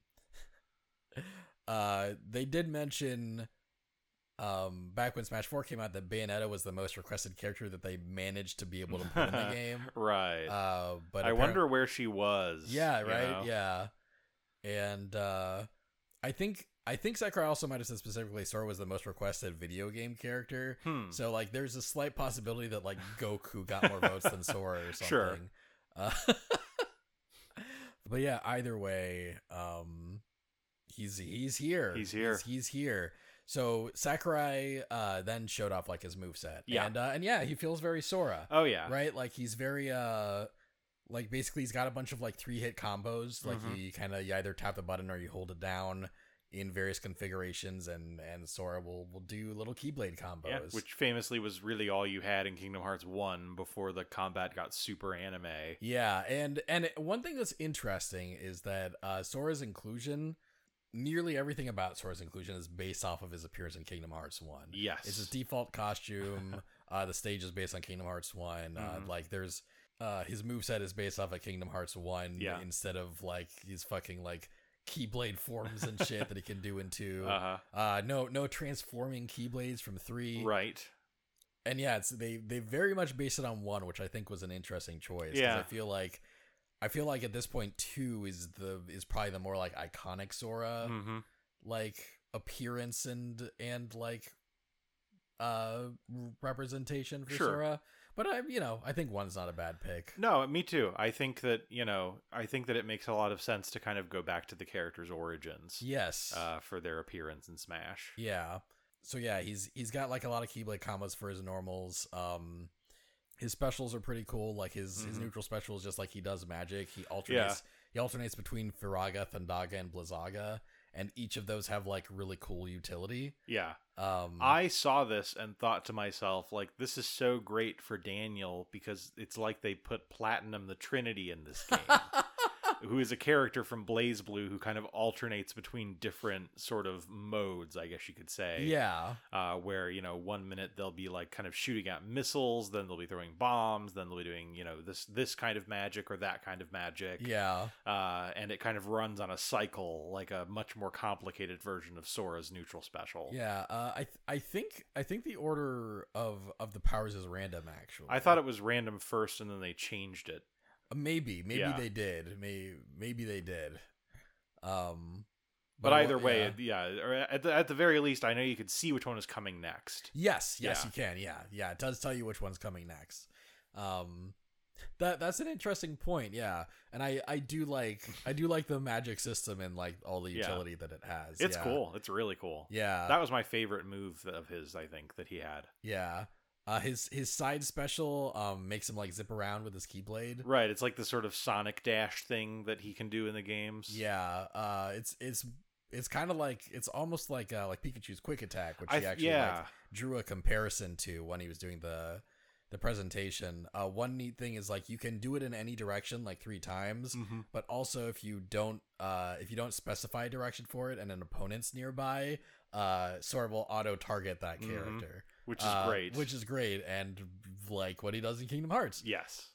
[SPEAKER 1] uh, they did mention. Um, back when Smash Four came out, that Bayonetta was the most requested character that they managed to be able to put in the game.
[SPEAKER 2] Right.
[SPEAKER 1] Uh, but
[SPEAKER 2] I
[SPEAKER 1] apparent-
[SPEAKER 2] wonder where she was.
[SPEAKER 1] Yeah,
[SPEAKER 2] you
[SPEAKER 1] right.
[SPEAKER 2] know?
[SPEAKER 1] Yeah, and uh, I think I think Sakurai also might have said specifically Sora was the most requested video game character.
[SPEAKER 2] Hmm.
[SPEAKER 1] So like, there's a slight possibility that like Goku got more votes than Sora or something.
[SPEAKER 2] Sure.
[SPEAKER 1] Uh, but yeah, either way, um, he's he's here.
[SPEAKER 2] He's here.
[SPEAKER 1] He's, he's here. So Sakurai uh, then showed off like his moveset.
[SPEAKER 2] Yeah.
[SPEAKER 1] and uh, and yeah, he feels very Sora
[SPEAKER 2] Oh yeah.
[SPEAKER 1] right like he's very uh like basically he's got a bunch of like three hit combos like
[SPEAKER 2] Mhm.
[SPEAKER 1] you kind of you either tap the button or you hold it down in various configurations and and sora will will do little keyblade combos
[SPEAKER 2] Yeah, which famously was really all you had in Kingdom Hearts 1 before the combat got super anime.
[SPEAKER 1] yeah and and it- one thing that's interesting is that uh sora's inclusion nearly everything about sora's inclusion is based off of his appearance in kingdom hearts 1
[SPEAKER 2] Yes.
[SPEAKER 1] It's his default costume. uh, the stage is based on Kingdom Hearts One.
[SPEAKER 2] Mhm.
[SPEAKER 1] Uh, like there's uh, his moveset is based off of Kingdom Hearts One
[SPEAKER 2] Yeah.
[SPEAKER 1] instead of like his fucking like keyblade forms and shit that he can do Uh, into.
[SPEAKER 2] uh-huh.
[SPEAKER 1] Uh, no, no transforming keyblades from three.
[SPEAKER 2] Right.
[SPEAKER 1] and yeah, it's they they very much base it on one, which I think was an interesting choice. 'cause
[SPEAKER 2] Yeah.
[SPEAKER 1] I feel like I feel like at this point two is the is probably the more like iconic Sora
[SPEAKER 2] hmm
[SPEAKER 1] like appearance and and like uh representation for
[SPEAKER 2] Sure.
[SPEAKER 1] Sora. But I you know I think one's not a bad pick.
[SPEAKER 2] No, me too. I think that you know, I think that it makes a lot of sense to kind of go back to the characters' origins
[SPEAKER 1] Yes.
[SPEAKER 2] uh, for their appearance in Smash.
[SPEAKER 1] Yeah. So yeah, he's he's got like a lot of keyblade combos for his normals. Um his specials are pretty cool. Like his his
[SPEAKER 2] Mhm.
[SPEAKER 1] neutral special is just like he does magic. He alternates he alternates between Firaga, Thundaga, and Blizzaga, and each of those have like really cool utility.
[SPEAKER 2] Yeah,
[SPEAKER 1] Um
[SPEAKER 2] I saw this and thought to myself, like, this is so great for Daniel because it's like they put Platinum the Trinity in this game, who is a character from Blaze Blue who kind of alternates between different sort of modes, I guess you could say.
[SPEAKER 1] Yeah.
[SPEAKER 2] uh, where you know one minute they'll be like kind of shooting at missiles, then they'll be throwing bombs, then they'll be doing you know this this kind of magic or that kind of magic,
[SPEAKER 1] Yeah.
[SPEAKER 2] uh, and it kind of runs on a cycle like a much more complicated version of Sora's neutral special.
[SPEAKER 1] Yeah. Uh, I th- I think I think the order of of the powers is random actually. Uh,
[SPEAKER 2] I thought it was random first, and then they changed it.
[SPEAKER 1] maybe maybe
[SPEAKER 2] Yeah.
[SPEAKER 1] they did. May maybe they did. Um
[SPEAKER 2] But,
[SPEAKER 1] I-
[SPEAKER 2] either way,
[SPEAKER 1] yeah.
[SPEAKER 2] it- yeah, or at the, at the very least, I know you could see which one is coming next.
[SPEAKER 1] Yes, yes,
[SPEAKER 2] Yeah.
[SPEAKER 1] you can. Yeah, yeah. It does tell you which one's coming next. Um, that that's an interesting point. Yeah, and I I do like I do like the magic system and like all the
[SPEAKER 2] Yeah.
[SPEAKER 1] utility that it has.
[SPEAKER 2] It's
[SPEAKER 1] yeah.
[SPEAKER 2] cool. It's really cool.
[SPEAKER 1] Yeah,
[SPEAKER 2] That was my favorite move of his, I think, that he had.
[SPEAKER 1] yeah. Uh, his his side special um makes him like zip around with his keyblade.
[SPEAKER 2] Right, it's like the sort of Sonic Dash thing that he can do in the games.
[SPEAKER 1] Yeah. Uh, it's it's it's kind of like it's almost like uh like Pikachu's quick attack, which
[SPEAKER 2] I
[SPEAKER 1] he
[SPEAKER 2] th-
[SPEAKER 1] actually
[SPEAKER 2] yeah.
[SPEAKER 1] like, drew a comparison to when he was doing the the presentation. Uh, one neat thing is like you can do it in any direction like three times,
[SPEAKER 2] Mhm.
[SPEAKER 1] but also if you don't uh, if you don't specify a direction for it and an opponent's nearby, uh, Sora will auto target that
[SPEAKER 2] Mhm.
[SPEAKER 1] character,
[SPEAKER 2] Which is
[SPEAKER 1] Uh,
[SPEAKER 2] great.
[SPEAKER 1] Which is great, and like what he does in Kingdom Hearts
[SPEAKER 2] yes.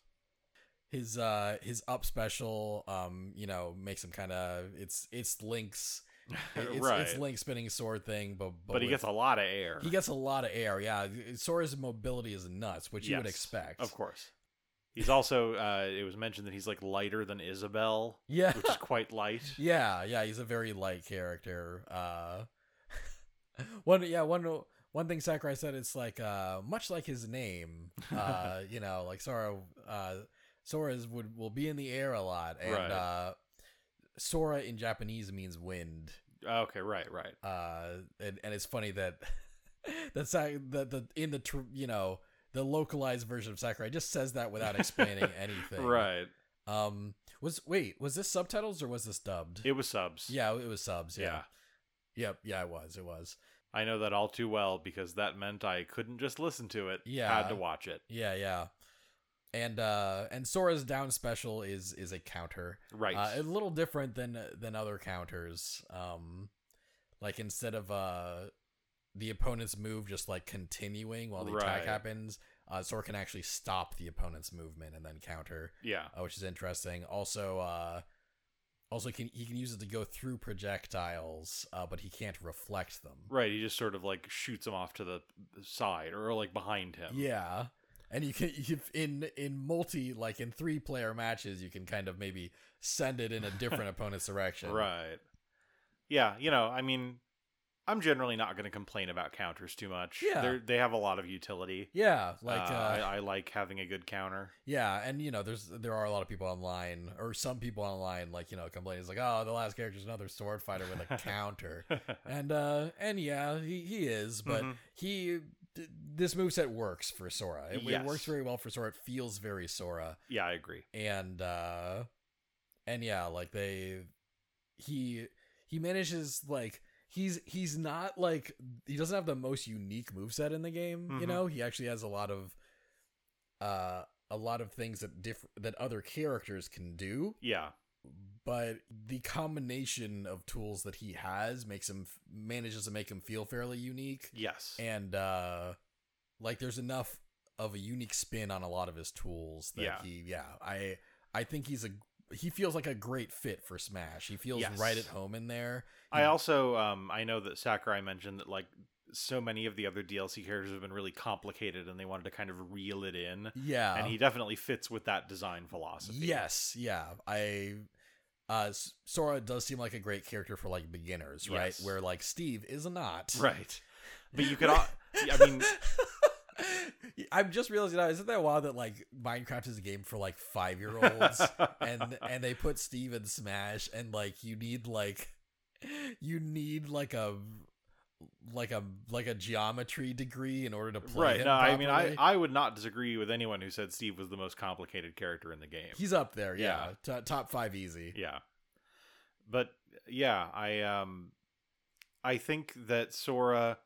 [SPEAKER 1] his uh his up special um you know makes him kind of it's it's links it's,
[SPEAKER 2] right.
[SPEAKER 1] it's link spinning sword thing but but,
[SPEAKER 2] but he
[SPEAKER 1] with-
[SPEAKER 2] gets a lot of air.
[SPEAKER 1] he gets a lot of air yeah Sora's mobility is nuts which you would
[SPEAKER 2] Yes,
[SPEAKER 1] expect
[SPEAKER 2] Of course. He's also uh it was mentioned that he's like lighter than Isabel,
[SPEAKER 1] yeah
[SPEAKER 2] which is quite light.
[SPEAKER 1] yeah yeah he's a very light character uh one yeah one one thing Sakurai said it's like uh much like his name uh you know like Sora uh Sora's would will be in the air a lot and
[SPEAKER 2] Right.
[SPEAKER 1] uh Sora in Japanese means wind
[SPEAKER 2] Okay, right, right.
[SPEAKER 1] uh and, and it's funny that that's that the, the in the tr- you know the localized version of sakurai just says that without explaining anything
[SPEAKER 2] Right.
[SPEAKER 1] um was wait was this subtitles or was this dubbed
[SPEAKER 2] It was subs.
[SPEAKER 1] yeah it was subs
[SPEAKER 2] Yeah.
[SPEAKER 1] yeah. yep yeah it was it was
[SPEAKER 2] I know that all too well because that meant I couldn't just listen to it.
[SPEAKER 1] Yeah.
[SPEAKER 2] Had to watch it.
[SPEAKER 1] yeah yeah and uh and sora's down special is is a counter
[SPEAKER 2] Right.
[SPEAKER 1] Uh, a little different than than other counters. Um, like instead of uh, the opponent's move just like continuing while the attack
[SPEAKER 2] Right.
[SPEAKER 1] happens, uh, Sora can actually stop the opponent's movement and then counter,
[SPEAKER 2] yeah.
[SPEAKER 1] uh, which is interesting. Also, uh, also can he can use it to go through projectiles, uh, but he can't reflect them.
[SPEAKER 2] Right. He just sort of like shoots him off to the side or like behind him.
[SPEAKER 1] Yeah. And you can you in in multi like in three player matches you can kind of maybe send it in a different opponent's direction.
[SPEAKER 2] Right. Yeah, you know, I mean, I'm generally not going to complain about counters too much.
[SPEAKER 1] Yeah.
[SPEAKER 2] They're, they have a lot of utility.
[SPEAKER 1] Yeah, like
[SPEAKER 2] Uh,
[SPEAKER 1] uh,
[SPEAKER 2] I, I like having a good counter.
[SPEAKER 1] Yeah, and you know, there's there are a lot of people online, or some people online, like you know, complaining it's like, oh, the last character's another sword fighter with a counter, and uh, and yeah, he, he is, but
[SPEAKER 2] Mhm.
[SPEAKER 1] he th- this moveset works for Sora. It, it
[SPEAKER 2] Yes.
[SPEAKER 1] works very well for Sora. It feels very Sora,
[SPEAKER 2] yeah, I agree.
[SPEAKER 1] and uh, and yeah, like they he he manages like. He's he's not like he doesn't have the most unique moveset in the game, you
[SPEAKER 2] Mhm.
[SPEAKER 1] know? He actually has a lot of uh, a lot of things that diff- that other characters can do,
[SPEAKER 2] Yeah.
[SPEAKER 1] but the combination of tools that he has makes him f- manages to make him feel fairly unique,
[SPEAKER 2] Yes.
[SPEAKER 1] and uh, like there's enough of a unique spin on a lot of his tools that
[SPEAKER 2] Yeah.
[SPEAKER 1] he yeah I I think he's a he feels like a great fit for Smash. He feels
[SPEAKER 2] Yes.
[SPEAKER 1] right at home in there.
[SPEAKER 2] I also um I know that Sakurai mentioned that like so many of the other DLC characters have been really complicated and they wanted to kind of reel it in.
[SPEAKER 1] Yeah.
[SPEAKER 2] And he definitely fits with that design philosophy.
[SPEAKER 1] Yes, yeah. I uh S- Sora does seem like a great character for like beginners, right?
[SPEAKER 2] Yes.
[SPEAKER 1] Where like Steve is not.
[SPEAKER 2] Right. But you could al- I mean
[SPEAKER 1] I'm just realizing now, isn't that wild that like Minecraft is a game for like five year olds and and they put Steve in Smash and like you need like you need like a like a like a geometry degree in order to play
[SPEAKER 2] Right.
[SPEAKER 1] him
[SPEAKER 2] No, I mean I,
[SPEAKER 1] properly.
[SPEAKER 2] I would not disagree with anyone who said Steve was the most complicated character in the game.
[SPEAKER 1] he's up there yeah, To- top five easy
[SPEAKER 2] Yeah. But yeah, I um I think that Sora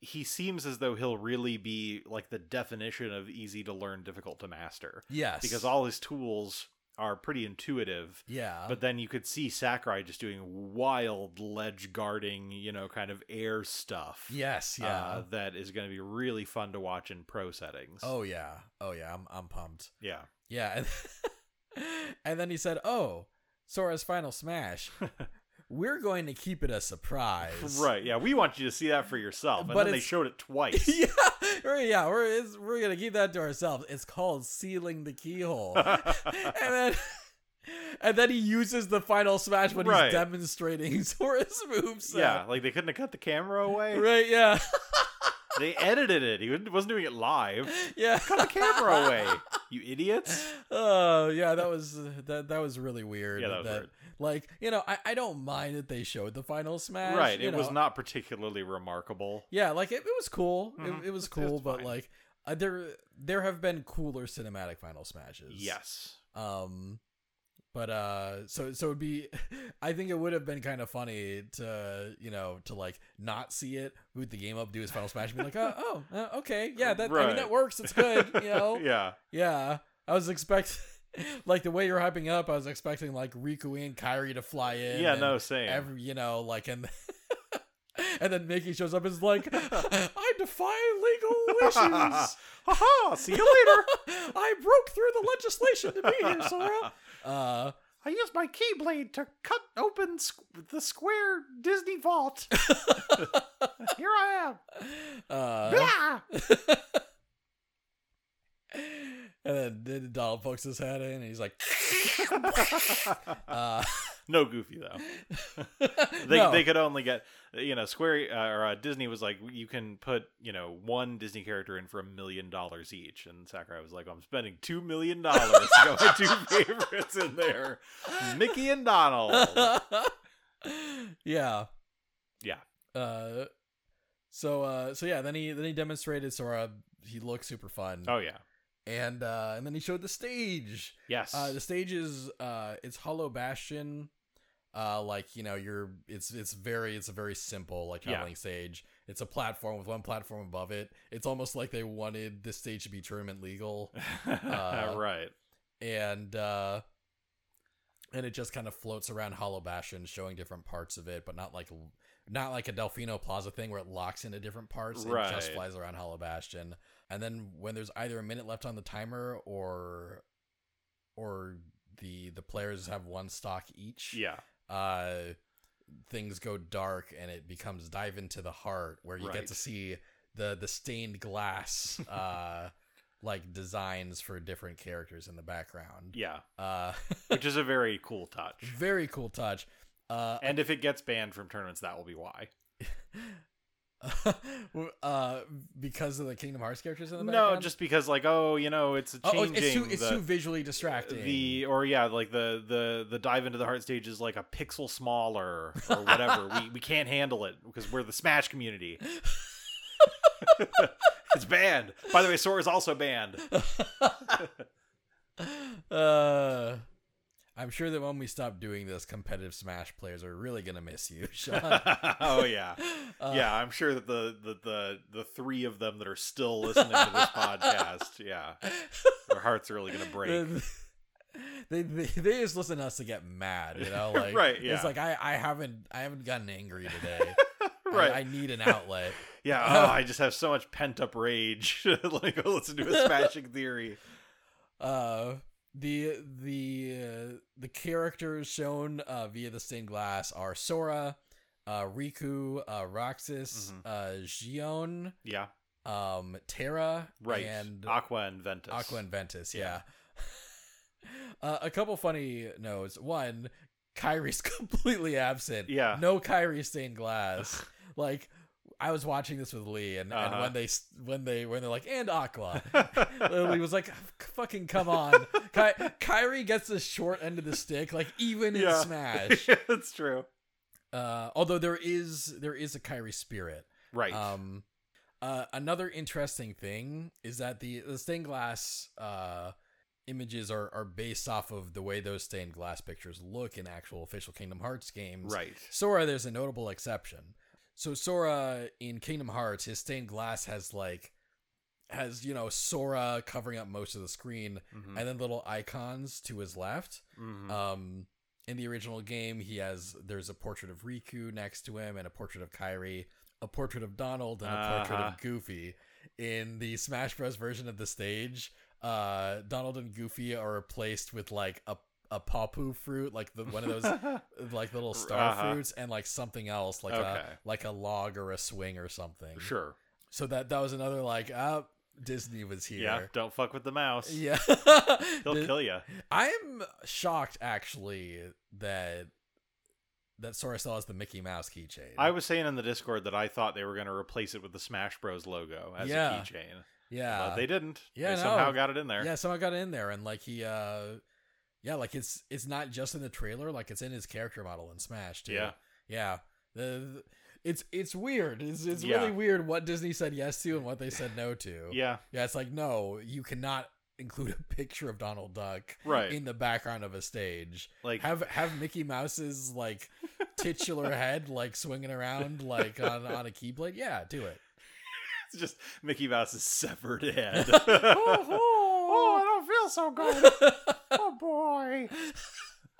[SPEAKER 2] he seems as though he'll really be like the definition of easy to learn, difficult to master
[SPEAKER 1] yes
[SPEAKER 2] because all his tools are pretty intuitive.
[SPEAKER 1] yeah
[SPEAKER 2] But then you could see Sakurai just doing wild ledge guarding, you know, kind of air stuff.
[SPEAKER 1] yes
[SPEAKER 2] uh,
[SPEAKER 1] yeah
[SPEAKER 2] that is going to be really fun to watch in pro settings.
[SPEAKER 1] oh yeah oh yeah I'm I'm pumped
[SPEAKER 2] yeah.
[SPEAKER 1] yeah and, and then he said oh Sora's final smash we're going to keep it a surprise
[SPEAKER 2] Right. Yeah. We want you to see that for yourself. And
[SPEAKER 1] But
[SPEAKER 2] then they
[SPEAKER 1] it's-
[SPEAKER 2] showed it twice.
[SPEAKER 1] yeah, we're, yeah, we're it's, we're gonna keep that to ourselves. It's called sealing the keyhole, and then and then he uses the final smash when
[SPEAKER 2] Right.
[SPEAKER 1] he's demonstrating Sora's moveset.
[SPEAKER 2] Yeah, like they couldn't have cut the camera away.
[SPEAKER 1] right. Yeah,
[SPEAKER 2] They edited it. He wasn't- wasn't doing it live.
[SPEAKER 1] yeah.
[SPEAKER 2] Cut the camera away, you idiots.
[SPEAKER 1] Oh yeah, that was that that was really weird.
[SPEAKER 2] Yeah, that was weird.
[SPEAKER 1] Like you know, I, I don't mind that they showed the final smash.
[SPEAKER 2] Right.
[SPEAKER 1] you
[SPEAKER 2] It was
[SPEAKER 1] know.
[SPEAKER 2] not particularly remarkable.
[SPEAKER 1] Yeah, like it, it was cool.
[SPEAKER 2] Mhm.
[SPEAKER 1] It, it was
[SPEAKER 2] It was
[SPEAKER 1] cool, but
[SPEAKER 2] fine.
[SPEAKER 1] like uh, there there have been cooler cinematic final smashes.
[SPEAKER 2] Yes.
[SPEAKER 1] Um but uh so so it'd be I think it would have been kind of funny to you know to like not see it, boot the game up, do his final smash and be like, "Oh, oh, uh, okay. Yeah, that I mean
[SPEAKER 2] Right.
[SPEAKER 1] that works. It's good, you know." yeah.
[SPEAKER 2] yeah.
[SPEAKER 1] I was expecting like the way you're hyping up, I was expecting like Riku and Kairi to fly in.
[SPEAKER 2] yeah.
[SPEAKER 1] and
[SPEAKER 2] No. Same.
[SPEAKER 1] Every, you know, like and and then Mickey shows up and is like, "I defy legal wishes."
[SPEAKER 2] Haha. See you later.
[SPEAKER 1] I broke through the legislation to be here, Sora. Uh,
[SPEAKER 2] I used my keyblade to cut open squ- the square Disney vault. Here I am.
[SPEAKER 1] uh,
[SPEAKER 2] Blah!
[SPEAKER 1] and then, then Donald pokes his head in, and he's like, uh,
[SPEAKER 2] no Goofy though. they
[SPEAKER 1] no.
[SPEAKER 2] they could only get you know Square uh, or uh, Disney was like you can put you know one Disney character in for a million dollars each, and Sakurai was like I'm spending two million dollars to get my two favorites in there, Mickey and Donald.
[SPEAKER 1] yeah,
[SPEAKER 2] Yeah.
[SPEAKER 1] Uh, so uh, so yeah, then he then he demonstrated Sora. He looked super fun,
[SPEAKER 2] Oh yeah,
[SPEAKER 1] and uh, and then he showed the stage.
[SPEAKER 2] yes,
[SPEAKER 1] Uh, the stage is uh, it's Hollow Bastion. Uh, like you know, you're it's it's very it's a very simple like
[SPEAKER 2] Yeah.
[SPEAKER 1] traveling stage. It's a platform with one platform above it. It's almost like they wanted this stage to be tournament legal, uh,
[SPEAKER 2] right.
[SPEAKER 1] and uh, and it just kind of floats around Hollow Bastion, showing different parts of it, but not like not like a Delfino Plaza thing where it locks into different parts. It just
[SPEAKER 2] Right.
[SPEAKER 1] flies around Hollow Bastion, and then when there's either a minute left on the timer or or the the players have one stock each.
[SPEAKER 2] Yeah,
[SPEAKER 1] Uh, things go dark and it becomes dive into the heart, where you
[SPEAKER 2] Right.
[SPEAKER 1] get to see the the stained glass. Uh. like designs for different characters in the background
[SPEAKER 2] yeah,
[SPEAKER 1] uh,
[SPEAKER 2] which is a very cool touch.
[SPEAKER 1] very cool touch. Uh,
[SPEAKER 2] And if it gets banned from tournaments, that will be why.
[SPEAKER 1] uh, because of the Kingdom Hearts characters in the
[SPEAKER 2] No,
[SPEAKER 1] background?
[SPEAKER 2] just because like oh you know it's
[SPEAKER 1] Oh, oh,
[SPEAKER 2] changing.
[SPEAKER 1] it's too it's
[SPEAKER 2] the-
[SPEAKER 1] too visually distracting.
[SPEAKER 2] The or yeah, like the the the dive into the heart stage is like a pixel smaller or whatever. we we can't handle it because we're the Smash community. it's banned. By the way, Sora's also banned.
[SPEAKER 1] uh, I'm sure that when we stop doing this, competitive Smash players are really gonna miss you, Sean.
[SPEAKER 2] oh yeah.
[SPEAKER 1] Uh,
[SPEAKER 2] yeah, I'm sure that the, the the the three of them that are still listening to this podcast, yeah, their hearts are really gonna break.
[SPEAKER 1] They, they they just listen to us to get mad, you know. Like,
[SPEAKER 2] Right, yeah.
[SPEAKER 1] It's like I, I haven't I haven't gotten angry today. I-
[SPEAKER 2] Right.
[SPEAKER 1] I need an outlet.
[SPEAKER 2] yeah. Oh, I just have so much pent up rage. Let me go listen to a Smashing Theory.
[SPEAKER 1] uh the the uh, the characters shown uh, via the stained glass are Sora, uh, Riku, uh, Roxas,
[SPEAKER 2] Mhm.
[SPEAKER 1] uh, Gion,
[SPEAKER 2] Yeah,
[SPEAKER 1] um, Terra,
[SPEAKER 2] right.
[SPEAKER 1] and
[SPEAKER 2] Aqua and Ventus.
[SPEAKER 1] Aqua and Ventus. Yeah. uh, a couple funny notes. One, Kyrie's completely absent.
[SPEAKER 2] Yeah.
[SPEAKER 1] No Kyrie stained glass. like I was watching this with Lee, and,
[SPEAKER 2] Uh-huh.
[SPEAKER 1] and when they s- when they when they're like and Aqua, Lee was like, "Fucking come on!" Ky- Kyrie gets the short end of the stick, like even
[SPEAKER 2] Yeah.
[SPEAKER 1] in Smash.
[SPEAKER 2] That's true.
[SPEAKER 1] Uh, although there is there is a Kyrie spirit.
[SPEAKER 2] Right.
[SPEAKER 1] Um, uh, another interesting thing is that the, the stained glass uh, images are, are based off of the way those stained glass pictures look in actual official Kingdom Hearts games.
[SPEAKER 2] right.
[SPEAKER 1] Sora, there's a notable exception. So Sora in Kingdom Hearts, his stained glass has like has you know Sora covering up most of the screen,
[SPEAKER 2] Mhm.
[SPEAKER 1] and then little icons to his left.
[SPEAKER 2] Mhm.
[SPEAKER 1] Um, in the original game, he has there's a portrait of Riku next to him, and a portrait of Kyrie, a portrait of Donald, and a portrait
[SPEAKER 2] Uh-huh.
[SPEAKER 1] of Goofy. In the Smash Bros. version of the stage, uh, Donald and Goofy are replaced with like a a papu fruit, like uh, the one of those like little star
[SPEAKER 2] Uh-huh.
[SPEAKER 1] fruits, and like something else, like
[SPEAKER 2] Okay.
[SPEAKER 1] a like a log or a swing or something.
[SPEAKER 2] sure.
[SPEAKER 1] So that that was another like ah, Disney was
[SPEAKER 2] Yeah.
[SPEAKER 1] here.
[SPEAKER 2] Don't fuck with the mouse.
[SPEAKER 1] Yeah,
[SPEAKER 2] He'll
[SPEAKER 1] Di-
[SPEAKER 2] kill you.
[SPEAKER 1] I'm shocked actually that that Sora still has the Mickey Mouse keychain.
[SPEAKER 2] I was saying in the Discord that I thought they were going to replace it with the Smash Bros logo as
[SPEAKER 1] Yeah.
[SPEAKER 2] a keychain,
[SPEAKER 1] yeah
[SPEAKER 2] but they didn't.
[SPEAKER 1] Yeah,
[SPEAKER 2] they
[SPEAKER 1] no.
[SPEAKER 2] somehow got it in there.
[SPEAKER 1] yeah someone got it in there and like he uh yeah like it's it's not just in the trailer like it's in his character model in Smash too.
[SPEAKER 2] Yeah.
[SPEAKER 1] yeah the, it's it's weird it's it's
[SPEAKER 2] Yeah.
[SPEAKER 1] really weird what Disney said yes to and what they said no to
[SPEAKER 2] Yeah,
[SPEAKER 1] yeah it's like no you cannot include a picture of Donald Duck
[SPEAKER 2] Right.
[SPEAKER 1] in the background of a stage
[SPEAKER 2] like
[SPEAKER 1] have have Mickey Mouse's like titular head like swinging around like on on a keyblade. Yeah, do it.
[SPEAKER 2] it's just Mickey Mouse's severed head.
[SPEAKER 1] Oh,
[SPEAKER 2] don't feel so oh boy.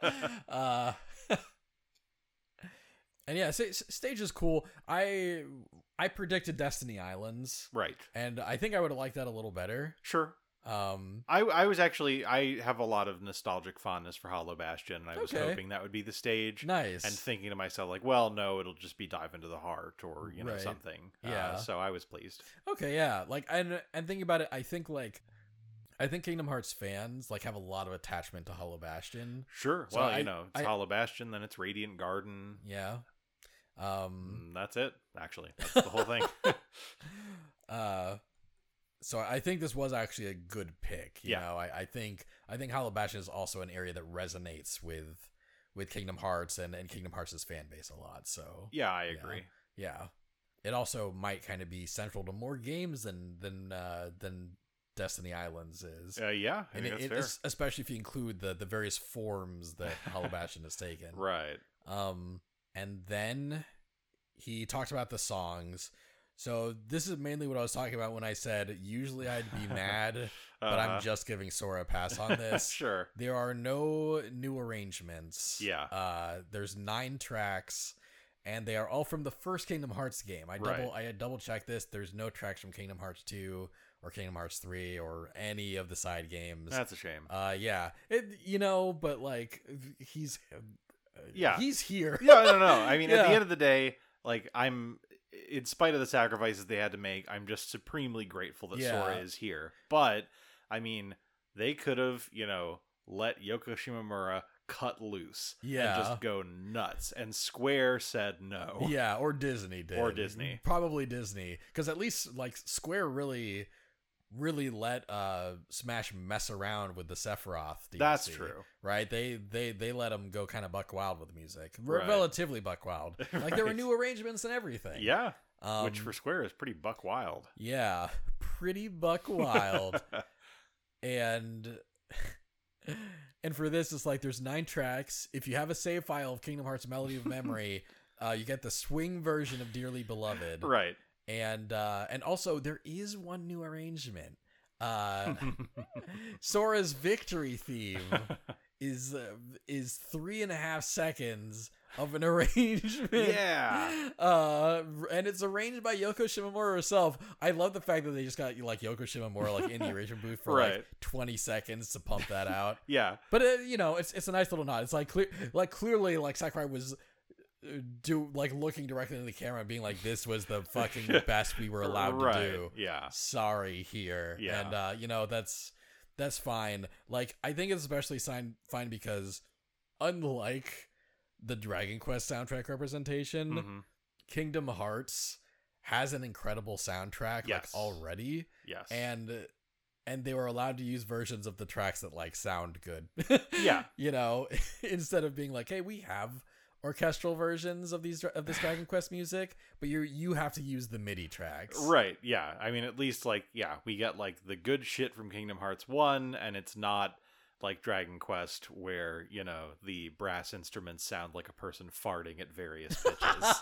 [SPEAKER 1] uh, and yeah, sta- stage is cool. I I predicted Destiny Islands,
[SPEAKER 2] Right.
[SPEAKER 1] and I think I would have liked that a little better.
[SPEAKER 2] Sure.
[SPEAKER 1] Um,
[SPEAKER 2] I I was actually I have a lot of nostalgic fondness for Hollow Bastion, and I was
[SPEAKER 1] Okay.
[SPEAKER 2] hoping that would be the stage.
[SPEAKER 1] nice.
[SPEAKER 2] And thinking to myself, like, well, no, it'll just be dive into the heart or you know
[SPEAKER 1] Right.
[SPEAKER 2] something.
[SPEAKER 1] Yeah.
[SPEAKER 2] Uh, so I was pleased.
[SPEAKER 1] Okay, yeah. Like and and thinking about it, I think like I think Kingdom Hearts fans like have a lot of attachment to Hollow Bastion.
[SPEAKER 2] Sure.
[SPEAKER 1] So
[SPEAKER 2] well,
[SPEAKER 1] I-
[SPEAKER 2] you know, it's
[SPEAKER 1] I-
[SPEAKER 2] Hollow Bastion, then it's Radiant Garden.
[SPEAKER 1] Yeah. Um
[SPEAKER 2] Mm, That's it. Actually, that's the whole thing.
[SPEAKER 1] uh so I think this was actually a good pick. You
[SPEAKER 2] Yeah.
[SPEAKER 1] know, I, I think I think Hollow Bastion is also an area that resonates with with Kingdom Hearts and, and Kingdom Hearts' fan base a lot. So
[SPEAKER 2] Yeah, I
[SPEAKER 1] Yeah.
[SPEAKER 2] agree.
[SPEAKER 1] yeah. It also might kind of be central to more games than than uh than Destiny Islands is.
[SPEAKER 2] Yeah, uh, yeah I
[SPEAKER 1] and
[SPEAKER 2] think
[SPEAKER 1] it, it-
[SPEAKER 2] that's
[SPEAKER 1] es- especially if you include the the various forms that Hollow Bastion has taken.
[SPEAKER 2] fair. Right.
[SPEAKER 1] Um, and then he talked about the songs. So this is mainly what I was talking about when I said usually I'd be mad, but
[SPEAKER 2] Uh-huh.
[SPEAKER 1] I'm just giving Sora a pass on this.
[SPEAKER 2] sure.
[SPEAKER 1] there are no new arrangements.
[SPEAKER 2] Yeah.
[SPEAKER 1] Uh, there's nine tracks, and they are all from the first Kingdom Hearts game. I
[SPEAKER 2] Right.
[SPEAKER 1] double I had double checked this. There's no tracks from Kingdom Hearts two or Kingdom Hearts three or any of the side games.
[SPEAKER 2] That's a shame.
[SPEAKER 1] Uh, yeah, it, you know, but like he's,
[SPEAKER 2] Yeah.
[SPEAKER 1] he's here.
[SPEAKER 2] yeah, no, no. I mean, at
[SPEAKER 1] Yeah.
[SPEAKER 2] the end of the day, like I'm, in spite of the sacrifices they had to make, I'm just supremely grateful that Sora
[SPEAKER 1] Yeah.
[SPEAKER 2] is here. But I mean, they could have, you know, let Yoko Shimomura cut loose and
[SPEAKER 1] Yeah.
[SPEAKER 2] just go nuts. And Square said no.
[SPEAKER 1] Yeah, or Disney did,
[SPEAKER 2] Or Disney.
[SPEAKER 1] probably Disney, because at least like Square really, really let uh Smash mess around with the Sephiroth. DLC,
[SPEAKER 2] That's true.
[SPEAKER 1] right? They they they let him go kind of buck wild with music, Re-
[SPEAKER 2] Right.
[SPEAKER 1] relatively buck wild. Like there were
[SPEAKER 2] Right.
[SPEAKER 1] new arrangements and everything.
[SPEAKER 2] Yeah,
[SPEAKER 1] um,
[SPEAKER 2] which for Square is pretty buck wild.
[SPEAKER 1] yeah, pretty buck wild. and and for this it's like there's nine tracks if you have a save file of kingdom hearts melody of memory uh, you get the swing version of dearly beloved
[SPEAKER 2] right.
[SPEAKER 1] and uh, and also there is one new arrangement uh, sora's victory theme is uh, is three and a half seconds of an arrangement
[SPEAKER 2] yeah.
[SPEAKER 1] uh, and it's arranged by Yoko Shimomura herself. I love the fact that they just got like Yoko Shimomura like in the arrangement booth for like
[SPEAKER 2] Right.
[SPEAKER 1] 20 seconds to pump that out.
[SPEAKER 2] Yeah.
[SPEAKER 1] But uh you know, it's it's a nice little nod. It's like clear, like clearly, like Sakurai was do like looking directly into the camera and being like, "This was the fucking best we were allowed
[SPEAKER 2] right.
[SPEAKER 1] to do."
[SPEAKER 2] Yeah.
[SPEAKER 1] Sorry here,
[SPEAKER 2] Yeah.
[SPEAKER 1] and uh, you know that's that's fine. Like I think it's especially sign- fine because unlike the Dragon Quest soundtrack representation,
[SPEAKER 2] Mhm.
[SPEAKER 1] Kingdom Hearts has an incredible soundtrack like
[SPEAKER 2] Yes.
[SPEAKER 1] already
[SPEAKER 2] Yes.
[SPEAKER 1] and and they were allowed to use versions of the tracks that like sound good.
[SPEAKER 2] Yeah.
[SPEAKER 1] you know, instead of being like, "Hey, we have orchestral versions of these of this Dragon Quest music, but you you have to use the MIDI tracks."
[SPEAKER 2] Right, yeah. I mean, at least like yeah, we get like the good shit from Kingdom Hearts 1 and it's not like Dragon Quest where, you know, the brass instruments sound like a person farting at various pitches.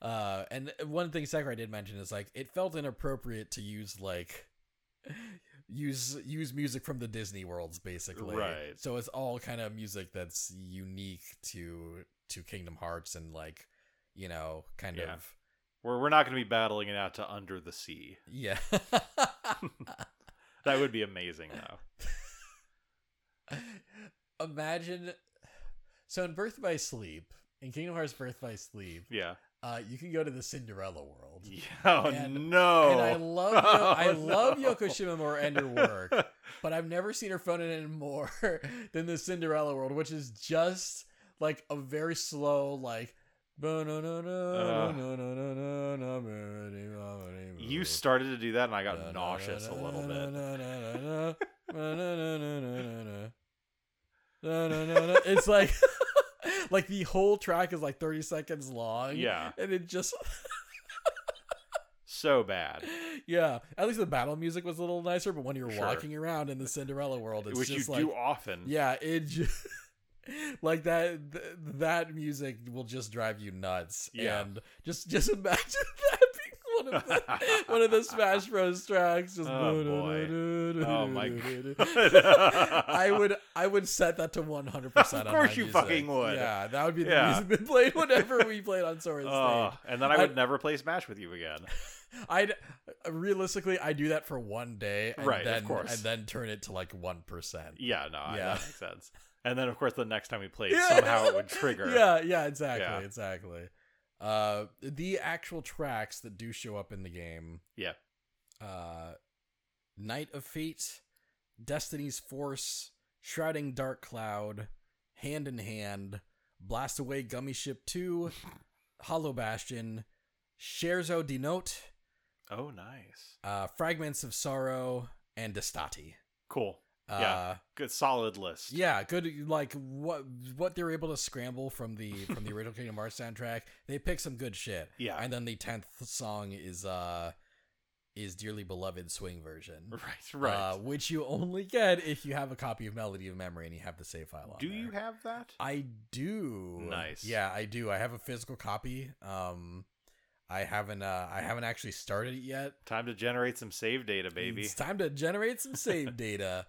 [SPEAKER 1] uh, and one thing Sakurai did mention is like it felt inappropriate to use like use use music from the Disney worlds basically.
[SPEAKER 2] Right.
[SPEAKER 1] So it's all kind of music that's unique to to Kingdom Hearts and like you know kind
[SPEAKER 2] Yeah.
[SPEAKER 1] of
[SPEAKER 2] where we're not going to be battling it out to Under the Sea.
[SPEAKER 1] yeah.
[SPEAKER 2] That would be amazing though.
[SPEAKER 1] Imagine so in Birth by Sleep, in Kingdom Hearts Birth by Sleep,
[SPEAKER 2] Yeah.
[SPEAKER 1] uh, you can go to the Cinderella world.
[SPEAKER 2] Yeah, Oh
[SPEAKER 1] And-
[SPEAKER 2] no.
[SPEAKER 1] And I love Yo-
[SPEAKER 2] Oh,
[SPEAKER 1] I love
[SPEAKER 2] no.
[SPEAKER 1] Yoko Shimomura and her work, but I've never seen her phone in more than the Cinderella world, which is just like a very slow like.
[SPEAKER 2] you
[SPEAKER 1] You
[SPEAKER 2] started to do that and I got nauseous a little bit.
[SPEAKER 1] bit. It's like like the whole track is like 30 seconds long.
[SPEAKER 2] Yeah.
[SPEAKER 1] And it just
[SPEAKER 2] So bad.
[SPEAKER 1] yeah, at least the battle music was a little nicer, but when you're
[SPEAKER 2] Sure.
[SPEAKER 1] walking around in the Cinderella world, it's
[SPEAKER 2] Which you
[SPEAKER 1] just like
[SPEAKER 2] do often.
[SPEAKER 1] yeah, it just, like that th- that music will just drive you nuts.
[SPEAKER 2] Yeah.
[SPEAKER 1] And just just imagine that being one of the one of the Smash Bros tracks. Just
[SPEAKER 2] Oh, boy. Oh, my God.
[SPEAKER 1] I would I would set that to one hundred percent.
[SPEAKER 2] Of course you fucking would.
[SPEAKER 1] Yeah, that would be the
[SPEAKER 2] Yeah. Oh,
[SPEAKER 1] music that played whenever we played on Sora's
[SPEAKER 2] Ugh,
[SPEAKER 1] stage.
[SPEAKER 2] and then I would
[SPEAKER 1] I-
[SPEAKER 2] never play Smash with you again.
[SPEAKER 1] I'd uh, realistically I do that for one day, and
[SPEAKER 2] Right, of
[SPEAKER 1] Then,
[SPEAKER 2] course.
[SPEAKER 1] and then turn it to like one percent.
[SPEAKER 2] Yeah, no, I-
[SPEAKER 1] Yeah.
[SPEAKER 2] that makes sense. And then, of course, the next time we played,
[SPEAKER 1] Yeah.
[SPEAKER 2] somehow it would trigger.
[SPEAKER 1] Yeah, yeah, exactly,
[SPEAKER 2] Yeah.
[SPEAKER 1] exactly. Uh, the actual tracks that do show up in the game.
[SPEAKER 2] Yeah.
[SPEAKER 1] Uh, Night of Fate, Destiny's Force, Shrouding Dark Cloud, Hand in Hand, Blast Away Gummy Ship 2, Hollow Bastion, Scherzo di Note,
[SPEAKER 2] Oh, nice.
[SPEAKER 1] uh, Fragments of Sorrow, and Destati.
[SPEAKER 2] Cool.
[SPEAKER 1] Uh,
[SPEAKER 2] Yeah. Good, solid list.
[SPEAKER 1] Yeah, good. Like what what they were able to scramble from the from the original Kingdom Hearts soundtrack, they picked some good shit.
[SPEAKER 2] Yeah.
[SPEAKER 1] And then the tenth song is uh is dearly beloved swing version,
[SPEAKER 2] Right, right.
[SPEAKER 1] Uh, which you only get if you have a copy of Melody of Memory and you have the save file. on
[SPEAKER 2] Do you
[SPEAKER 1] there.
[SPEAKER 2] have that?
[SPEAKER 1] I do.
[SPEAKER 2] Nice.
[SPEAKER 1] Yeah, I do. I have a physical copy. Um, I haven't. Uh, I haven't actually started it yet.
[SPEAKER 2] Time to generate some save data, baby.
[SPEAKER 1] It's time to generate some save data.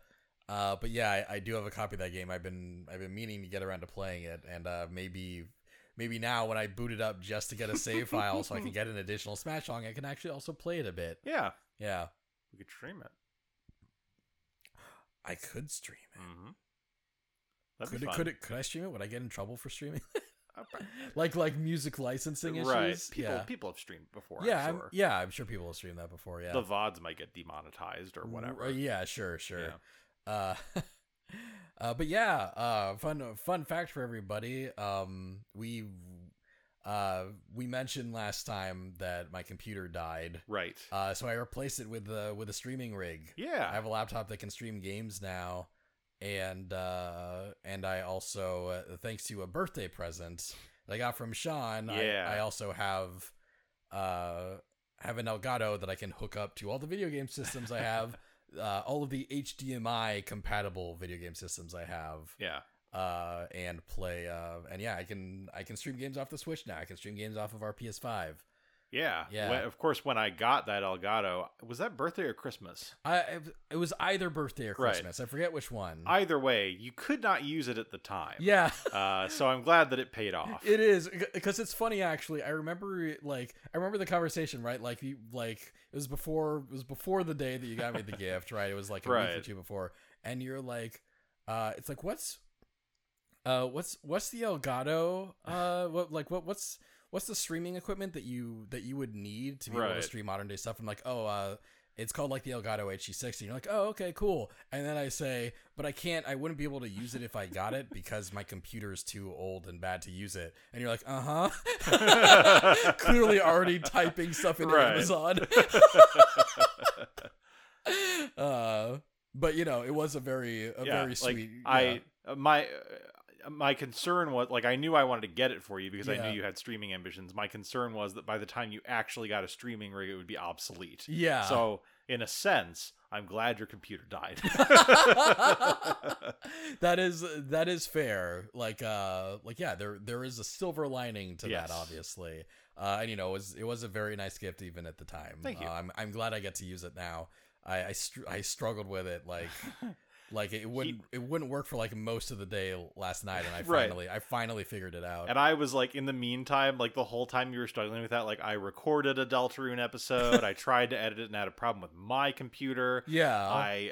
[SPEAKER 1] Uh, but yeah, I, I do have a copy of that game. I've been I've been meaning to get around to playing it, and uh, maybe maybe now when I boot it up just to get a save file so I can get an additional Smash song, I can actually also play it a bit.
[SPEAKER 2] Yeah,
[SPEAKER 1] Yeah,
[SPEAKER 2] we could stream it.
[SPEAKER 1] I could stream it.
[SPEAKER 2] Mm-hmm. That'd
[SPEAKER 1] Could
[SPEAKER 2] be
[SPEAKER 1] it,
[SPEAKER 2] fun.
[SPEAKER 1] could it could I stream it? Would I get in trouble for streaming?
[SPEAKER 2] Uh, pr-
[SPEAKER 1] like like music licensing issues?
[SPEAKER 2] right. People,
[SPEAKER 1] yeah.
[SPEAKER 2] people have streamed before.
[SPEAKER 1] yeah,
[SPEAKER 2] I'm
[SPEAKER 1] I'm,
[SPEAKER 2] sure.
[SPEAKER 1] yeah, I'm sure people have streamed that before. Yeah,
[SPEAKER 2] The VODs might get demonetized or whatever.
[SPEAKER 1] Uh, Yeah, sure, sure.
[SPEAKER 2] Yeah.
[SPEAKER 1] Uh, uh, but yeah, uh, fun fun fact for everybody. Um, we uh, we mentioned last time that my computer died,
[SPEAKER 2] Right.
[SPEAKER 1] uh, so I replaced it with the with a streaming rig. I
[SPEAKER 2] yeah.
[SPEAKER 1] have a laptop that can stream games now, and uh, and I also, uh, thanks to a birthday present that I got from Sean,
[SPEAKER 2] Yeah.
[SPEAKER 1] I, I also have uh, have an Elgato that I can hook up to all the video game systems I have, uh, all of the HDMI compatible video game systems I have,
[SPEAKER 2] yeah.
[SPEAKER 1] uh, and play. Uh, and yeah, I can I can stream games off the Switch now. I can stream games off of our PS5.
[SPEAKER 2] Yeah.
[SPEAKER 1] Yeah.
[SPEAKER 2] When- of course, when I got that Elgato, was that birthday or Christmas?
[SPEAKER 1] I it was either birthday or
[SPEAKER 2] Right.
[SPEAKER 1] Christmas. I forget which one.
[SPEAKER 2] Either way, you could not use it at the time.
[SPEAKER 1] yeah.
[SPEAKER 2] Uh, so I'm glad that it paid off.
[SPEAKER 1] It is because it's funny actually. I remember like I remember the conversation right. Like you like it was before it was before the day that you got me the gift right. It was like a week or
[SPEAKER 2] Right.
[SPEAKER 1] two before, and you're like, uh, it's like what's Uh, what's what's the Elgato? Uh, what like what what's what's the streaming equipment that you that you would need to be able
[SPEAKER 2] Right.
[SPEAKER 1] to stream modern day stuff? I'm like, oh, uh, it's called like the Elgato HD60. You're like, oh, okay, cool. And then I say, but I can't. I wouldn't be able to use it if I got it because my computer is too old and bad to use it. And you're like, uh huh. Clearly already typing stuff into
[SPEAKER 2] Right.
[SPEAKER 1] Amazon. uh, but you know, it was a very a
[SPEAKER 2] Yeah,
[SPEAKER 1] very
[SPEAKER 2] like,
[SPEAKER 1] sweet. yeah.
[SPEAKER 2] I uh, my uh, my concern was like I knew I wanted to get it for you because I
[SPEAKER 1] Yeah.
[SPEAKER 2] knew you had streaming ambitions. My concern was that by the time you actually got a streaming rig, it would be obsolete.
[SPEAKER 1] yeah.
[SPEAKER 2] So in a sense, I'm glad your computer died.
[SPEAKER 1] that is that is fair. Like uh like yeah, there there is a silver lining to
[SPEAKER 2] Yes.
[SPEAKER 1] that obviously. Uh and you know, it was it was a very nice gift even at the time.
[SPEAKER 2] Thank you.
[SPEAKER 1] Uh, I'm I'm glad I get to use it now. I I, str- I struggled with it like like it wouldn't it wouldn't work for like most of the day last night and I
[SPEAKER 2] Right.
[SPEAKER 1] finally I finally figured it out.
[SPEAKER 2] and I was like, in the meantime, like the whole time you were struggling with that, like I recorded a Deltarune episode. I tried to edit it and had a problem with my computer.
[SPEAKER 1] yeah.
[SPEAKER 2] I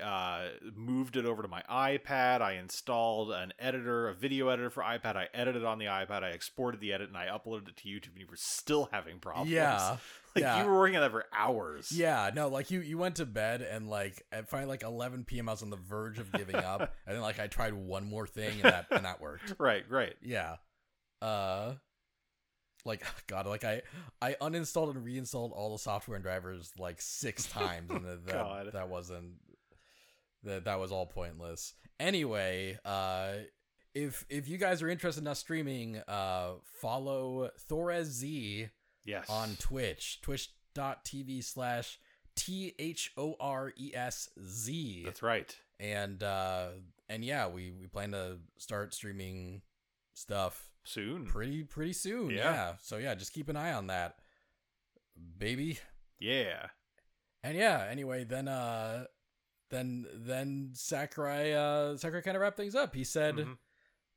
[SPEAKER 2] uh, moved it over to my iPad. I installed an editor, a video editor for iPad. I edited on the iPad. I exported the edit and I uploaded it to YouTube. And you were still having problems.
[SPEAKER 1] yeah.
[SPEAKER 2] like
[SPEAKER 1] yeah.
[SPEAKER 2] you were working on that for hours.
[SPEAKER 1] Yeah, no, like you you went to bed and like at finally like 11 p.m. I was on the verge of giving up, and then like I tried one more thing and that and that worked.
[SPEAKER 2] Right. Great.
[SPEAKER 1] Yeah, uh, like oh God, like I I uninstalled and reinstalled all the software and drivers like six times, and that
[SPEAKER 2] God.
[SPEAKER 1] that, that wasn't that that was all pointless. Anyway, uh. If if you guys are interested in us streaming, uh, follow Thorez Z
[SPEAKER 2] Yes.
[SPEAKER 1] on Twitch, twitch.tv slash T H O R E S Z.
[SPEAKER 2] That's right.
[SPEAKER 1] And uh and yeah, we we plan to start streaming stuff
[SPEAKER 2] Soon.
[SPEAKER 1] pretty pretty soon.
[SPEAKER 2] Hmm. Yeah.
[SPEAKER 1] Yeah. So yeah, just keep an eye on that. Baby.
[SPEAKER 2] yeah.
[SPEAKER 1] And yeah, anyway, then uh then then Sakurai uh Sakurai kind of wrapped things up. He said
[SPEAKER 2] Mhm.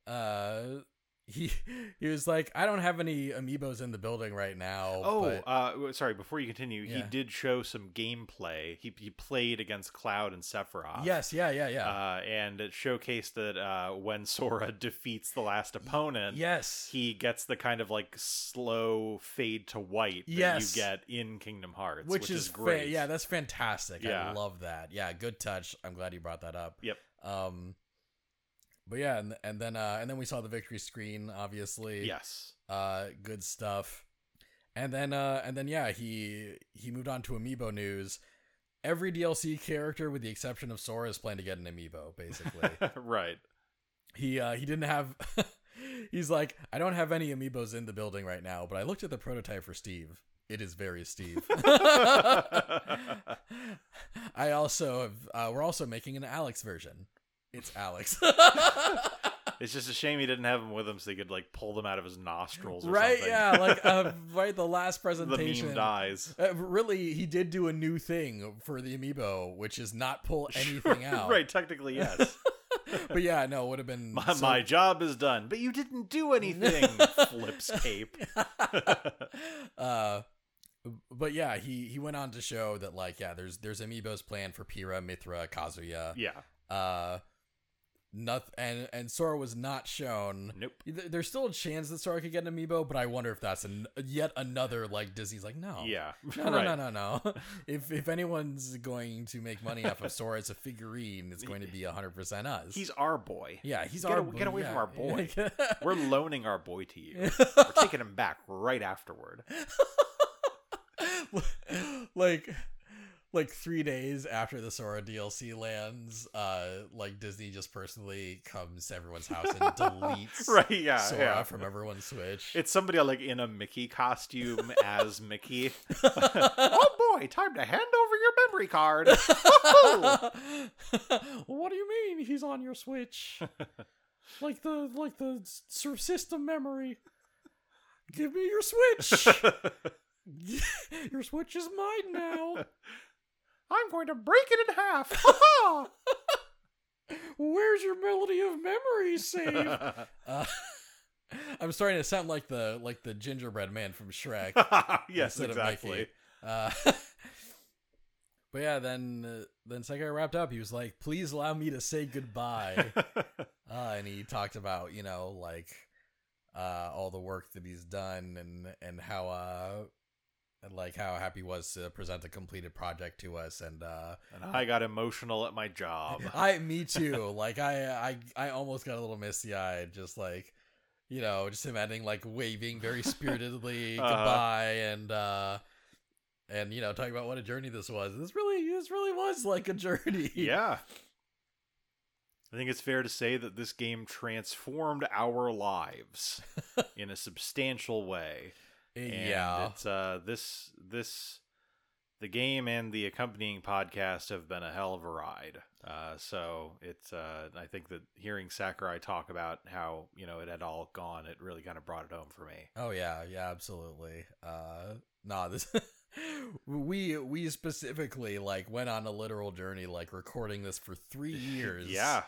[SPEAKER 1] uh he he was like, I don't have any amiibos in the building right now.
[SPEAKER 2] Oh,
[SPEAKER 1] but-
[SPEAKER 2] uh, w- sorry. Before you continue, he
[SPEAKER 1] Yeah.
[SPEAKER 2] did show some gameplay. He he played against Cloud and Sephiroth.
[SPEAKER 1] yes, yeah, yeah, yeah.
[SPEAKER 2] Uh, and it showcased that uh, when Sora defeats the last opponent,
[SPEAKER 1] yes.
[SPEAKER 2] he gets the kind of like slow fade to white
[SPEAKER 1] Yes.
[SPEAKER 2] that you get in Kingdom Hearts,
[SPEAKER 1] which, is,
[SPEAKER 2] great.
[SPEAKER 1] great. yeah, that's fantastic.
[SPEAKER 2] Yeah.
[SPEAKER 1] I love that. Yeah, good touch. I'm glad you brought that up.
[SPEAKER 2] Yep.
[SPEAKER 1] Um, but yeah, and and then uh, and then we saw the victory screen, obviously.
[SPEAKER 2] yes,
[SPEAKER 1] Uh, good stuff. And then uh, and then yeah, he he moved on to amiibo news. Every DLC character, with the exception of Sora, is planning to get an amiibo. Basically,
[SPEAKER 2] right.
[SPEAKER 1] he uh, he didn't have. He's like, I don't have any amiibos in the building right now, but I looked at the prototype for Steve. It is very Steve. I also have, uh, we're also making an Alex version. It's Alex,
[SPEAKER 2] It's just a shame he didn't have him with him so he could like pull them out of his nostrils, or
[SPEAKER 1] right?
[SPEAKER 2] something.
[SPEAKER 1] Yeah, like uh, right. The last
[SPEAKER 2] the
[SPEAKER 1] presentation.
[SPEAKER 2] meme dies.
[SPEAKER 1] Uh, really, he did do a new thing for the amiibo, which is not pull anything out.
[SPEAKER 2] right? Technically, yes.
[SPEAKER 1] But yeah, no, it would have been
[SPEAKER 2] My,
[SPEAKER 1] so-
[SPEAKER 2] my job is done, but you didn't do anything. Flips cape.
[SPEAKER 1] uh but yeah, he he went on to show that like yeah, there's there's amiibos planned for Pira, Mithra, Kazuya.
[SPEAKER 2] Yeah.
[SPEAKER 1] Uh noth- and and Sora was not shown.
[SPEAKER 2] Nope.
[SPEAKER 1] Th- There's still a chance that Sora could get an amiibo, but I wonder if that's an- yet another like Disney's like no.
[SPEAKER 2] Yeah.
[SPEAKER 1] Oh. No, no,
[SPEAKER 2] right.
[SPEAKER 1] no, no, no. If if anyone's going to make money off of Sora as a figurine, it's going to be 100% us.
[SPEAKER 2] He's our boy.
[SPEAKER 1] yeah, he's
[SPEAKER 2] Get
[SPEAKER 1] our
[SPEAKER 2] aw- get away from our boy.
[SPEAKER 1] boy.
[SPEAKER 2] We're loaning our boy to you. We're taking him back right afterward.
[SPEAKER 1] like like three days after the Sora DLC lands, uh, like Disney just personally comes to everyone's house and deletes
[SPEAKER 2] Right, yeah.
[SPEAKER 1] Sora
[SPEAKER 2] yeah.
[SPEAKER 1] from everyone's Switch.
[SPEAKER 2] It's somebody like in a Mickey costume as Mickey. oh boy, time to hand over your memory card.
[SPEAKER 1] what do you mean he's on your Switch? like the like the s- system memory. Give me your Switch. your Switch is mine now.
[SPEAKER 2] I'm going to break it in half.
[SPEAKER 1] Where's your melody of memory save? uh, I'm starting to sound like the like the gingerbread man from Shrek.
[SPEAKER 2] yes,
[SPEAKER 1] instead of
[SPEAKER 2] exactly.
[SPEAKER 1] Mickey. Uh, but yeah, then uh, then Sakai wrapped up. He was like, "Please allow me to say goodbye." Uh, and he talked about you know like uh, all the work that he's done and and how uh, and, like how happy he was to present a completed project to us and uh,
[SPEAKER 2] And I got emotional at my job.
[SPEAKER 1] I me too. like I I I almost got a little misty eyed, just like you know, just him ending like waving very spiritedly
[SPEAKER 2] Uh-huh.
[SPEAKER 1] goodbye and uh and you know talking about what a journey this was. This really this really was like a journey.
[SPEAKER 2] yeah. I think it's fair to say that this game transformed our lives in a substantial way. And
[SPEAKER 1] yeah.
[SPEAKER 2] It's uh this this the game and the accompanying podcast have been a hell of a ride. Uh, so it's uh, I think that hearing Sakurai talk about how you know it had all gone, it really kind of brought it home for me.
[SPEAKER 1] Oh yeah, yeah, absolutely. Uh nah, this we we specifically like went on a literal journey like recording this for 3 years.
[SPEAKER 2] yeah,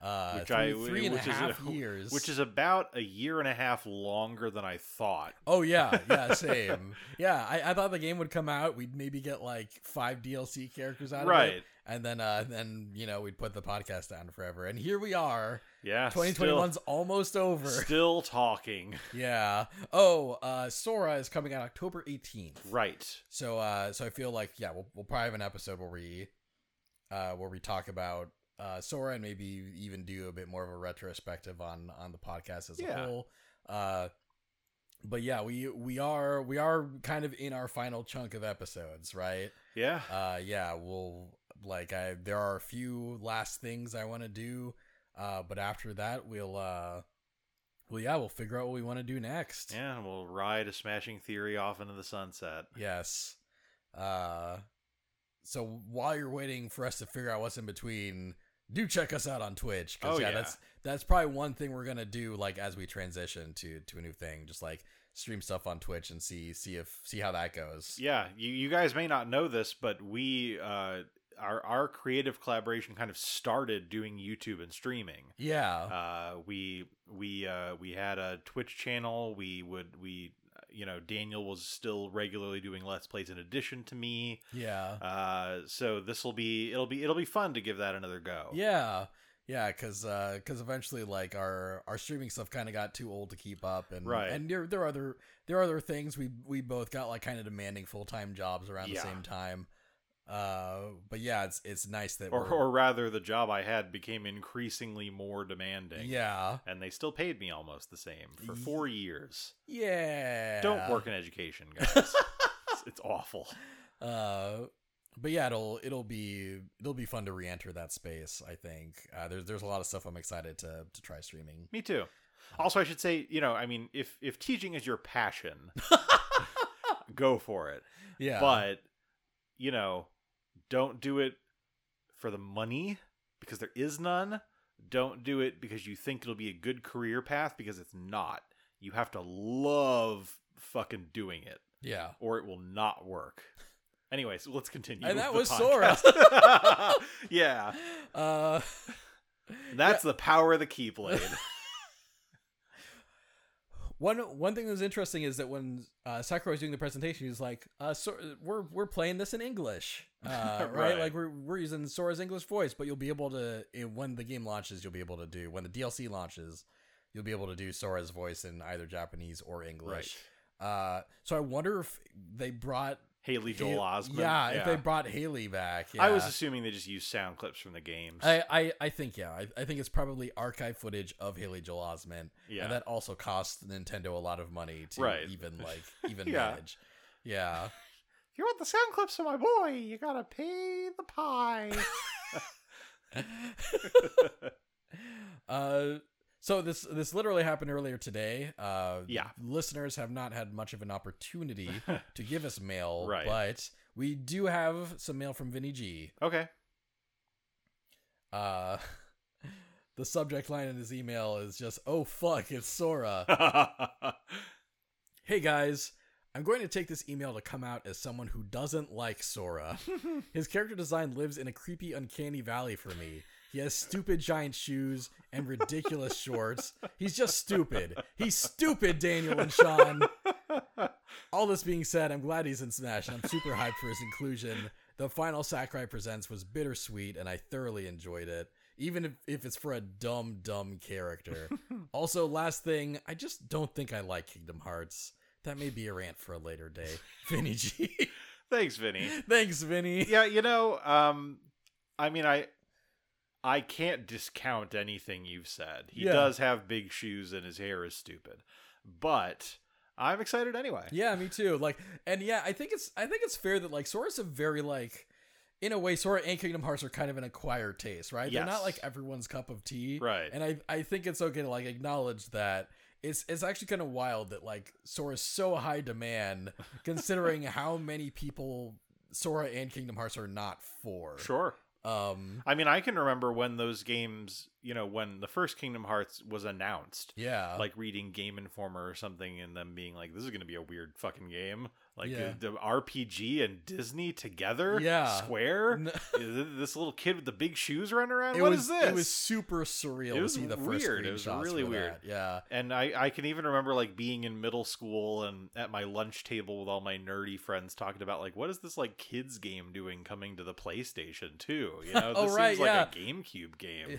[SPEAKER 1] Uh
[SPEAKER 2] Which
[SPEAKER 1] three,
[SPEAKER 2] I-
[SPEAKER 1] three and a
[SPEAKER 2] which is a-
[SPEAKER 1] half years.
[SPEAKER 2] which is about a year and a half longer than I thought.
[SPEAKER 1] Oh yeah, yeah, same. yeah, I, I thought the game would come out. We'd maybe get like five DLC characters out of it,
[SPEAKER 2] Right?
[SPEAKER 1] and then uh, then you know we'd put the podcast down forever. And here we are.
[SPEAKER 2] Yeah.
[SPEAKER 1] Twenty twenty one's almost over.
[SPEAKER 2] still, still talking.
[SPEAKER 1] yeah. Oh, uh, Sora is coming out October eighteenth.
[SPEAKER 2] Right.
[SPEAKER 1] So uh, so I feel like yeah, we'll we'll probably have an episode where we uh where we talk about uh Sora and maybe even do a bit more of a retrospective on on the podcast as
[SPEAKER 2] Yeah.
[SPEAKER 1] a whole. Uh but yeah, we we are we are kind of in our final chunk of episodes, right?
[SPEAKER 2] Yeah.
[SPEAKER 1] Uh yeah, we'll like I there are a few last things I want to do uh but after that we'll uh well yeah, we'll figure out what we want to do next.
[SPEAKER 2] yeah. We'll ride a smashing theory off into the sunset.
[SPEAKER 1] Yes. Uh, so while you're waiting for us to figure out what's in between, do check us out on Twitch. 'cause,
[SPEAKER 2] Oh, yeah.
[SPEAKER 1] that's that's probably one thing we're gonna do. Like as we transition to to a new thing, just like stream stuff on Twitch and see see if see how that goes.
[SPEAKER 2] Yeah, you, you guys may not know this, but we uh, our our creative collaboration kind of started doing YouTube and streaming.
[SPEAKER 1] Yeah.
[SPEAKER 2] Uh, we we uh, we had a Twitch channel. We would we uh, you know Daniel was still regularly doing Let's Plays in addition to me.
[SPEAKER 1] yeah.
[SPEAKER 2] Uh, so this will be it'll be it'll be fun to give that another go.
[SPEAKER 1] Yeah. Yeah, because eventually, like our our streaming stuff kind of got too old to keep up, and
[SPEAKER 2] Right.
[SPEAKER 1] and there there are other there are other things we we both got like kind of demanding full time jobs around
[SPEAKER 2] Yeah.
[SPEAKER 1] the same time. Uh, but yeah, it's it's nice that
[SPEAKER 2] Or,
[SPEAKER 1] we're,
[SPEAKER 2] or rather, the job I had became increasingly more demanding.
[SPEAKER 1] yeah
[SPEAKER 2] And they still paid me almost the same for
[SPEAKER 1] Ye-
[SPEAKER 2] four years.
[SPEAKER 1] yeah
[SPEAKER 2] Don't work in education, guys. It's- it's awful.
[SPEAKER 1] Uh, but yeah, it'll it'll be it'll be fun to re-enter that space. I think uh, there's there's a lot of stuff I'm excited to to try streaming.
[SPEAKER 2] Me too. Also, I should say, you know, I mean, if if teaching is your passion, go for it.
[SPEAKER 1] Yeah,
[SPEAKER 2] But you know, don't do it for the money because there is none. Don't do it because you think it'll be a good career path because it's not. You have to love fucking doing it,
[SPEAKER 1] yeah,
[SPEAKER 2] or it will not work. Anyway, so let's continue.
[SPEAKER 1] And
[SPEAKER 2] with
[SPEAKER 1] that
[SPEAKER 2] the
[SPEAKER 1] was
[SPEAKER 2] podcast. yeah,
[SPEAKER 1] uh.
[SPEAKER 2] that's the power of the Keyblade.
[SPEAKER 1] One one thing that was interesting is that when uh, Sakurai was doing the presentation, he was like, uh, Sor- "We're we're playing this in English, uh, right?
[SPEAKER 2] Right.
[SPEAKER 1] Like we're we're using Sora's English voice, but you'll be able to in- when the game launches, you'll be able to do when the DLC launches, you'll be able to do Sora's voice in either Japanese or English. Uh, so I wonder if they brought
[SPEAKER 2] Haley Joel Osment.
[SPEAKER 1] yeah, if they brought Haley back.
[SPEAKER 2] I
[SPEAKER 1] yeah.
[SPEAKER 2] was assuming they just used sound clips from the games.
[SPEAKER 1] I, I, I think yeah I, I think it's probably archive footage of Haley Joel Osment
[SPEAKER 2] yeah.
[SPEAKER 1] and that also costs Nintendo a lot of money to
[SPEAKER 2] Right.
[SPEAKER 1] even like even
[SPEAKER 2] Yeah.
[SPEAKER 1] manage. Yeah.
[SPEAKER 2] you want the sound clips of my boy, you gotta pay the pie.
[SPEAKER 1] uh so this this literally happened earlier today. Uh
[SPEAKER 2] Yeah.
[SPEAKER 1] listeners have not had much of an opportunity to give us mail,
[SPEAKER 2] Right.
[SPEAKER 1] but we do have some mail from Vinny G.
[SPEAKER 2] okay.
[SPEAKER 1] Uh the subject line in his email is just oh fuck, it's Sora. Hey guys, I'm going to take this email to come out as someone who doesn't like Sora. His character design lives in a creepy, uncanny valley for me. He has stupid giant shoes and ridiculous shorts. He's just stupid. He's stupid, Daniel and Sean. All this being said, I'm glad he's in Smash, and I'm super hyped for his inclusion. The final Sakurai Presents was bittersweet, and I thoroughly enjoyed it. even if, if it's for a dumb, dumb character. also, last thing, I just don't think I like Kingdom Hearts. That may be a rant for a later day. Vinny G.
[SPEAKER 2] Thanks, Vinny.
[SPEAKER 1] Thanks, Vinny.
[SPEAKER 2] Yeah, you know, um, I mean, I I can't discount anything you've said. He
[SPEAKER 1] Yeah.
[SPEAKER 2] does have big shoes and his hair is stupid, but I'm excited anyway.
[SPEAKER 1] Yeah, me too. Like, and yeah, I think it's I think it's fair that like Sora's a very like, in a way, Sora and Kingdom Hearts are kind of an acquired taste, right? They're
[SPEAKER 2] Yes.
[SPEAKER 1] not like everyone's cup of tea,
[SPEAKER 2] Right.
[SPEAKER 1] And I I think it's okay to like acknowledge that. It's, it's actually kind of wild that like Sora's so high demand considering how many people Sora and Kingdom Hearts are not for.
[SPEAKER 2] Sure.
[SPEAKER 1] Um.
[SPEAKER 2] I mean, I can remember when those games, you know, when the first Kingdom Hearts was announced,
[SPEAKER 1] Yeah.
[SPEAKER 2] like reading Game Informer or something, and them being like, "This is going to be a weird fucking game." Like
[SPEAKER 1] Yeah.
[SPEAKER 2] the, the RPG and Disney together,
[SPEAKER 1] Yeah.
[SPEAKER 2] Square.
[SPEAKER 1] N-
[SPEAKER 2] this little kid with the big shoes running around.
[SPEAKER 1] it
[SPEAKER 2] What
[SPEAKER 1] was
[SPEAKER 2] is this?
[SPEAKER 1] it was super surreal
[SPEAKER 2] It was
[SPEAKER 1] to see the first
[SPEAKER 2] weird. It was
[SPEAKER 1] screenshots
[SPEAKER 2] really
[SPEAKER 1] for
[SPEAKER 2] weird.
[SPEAKER 1] that. Yeah.
[SPEAKER 2] and I, I can even remember like being in middle school and at my lunch table with all my nerdy friends talking about like what is this like kids game doing coming to the PlayStation 2? You know,
[SPEAKER 1] Oh,
[SPEAKER 2] this
[SPEAKER 1] right,
[SPEAKER 2] seems like a GameCube game.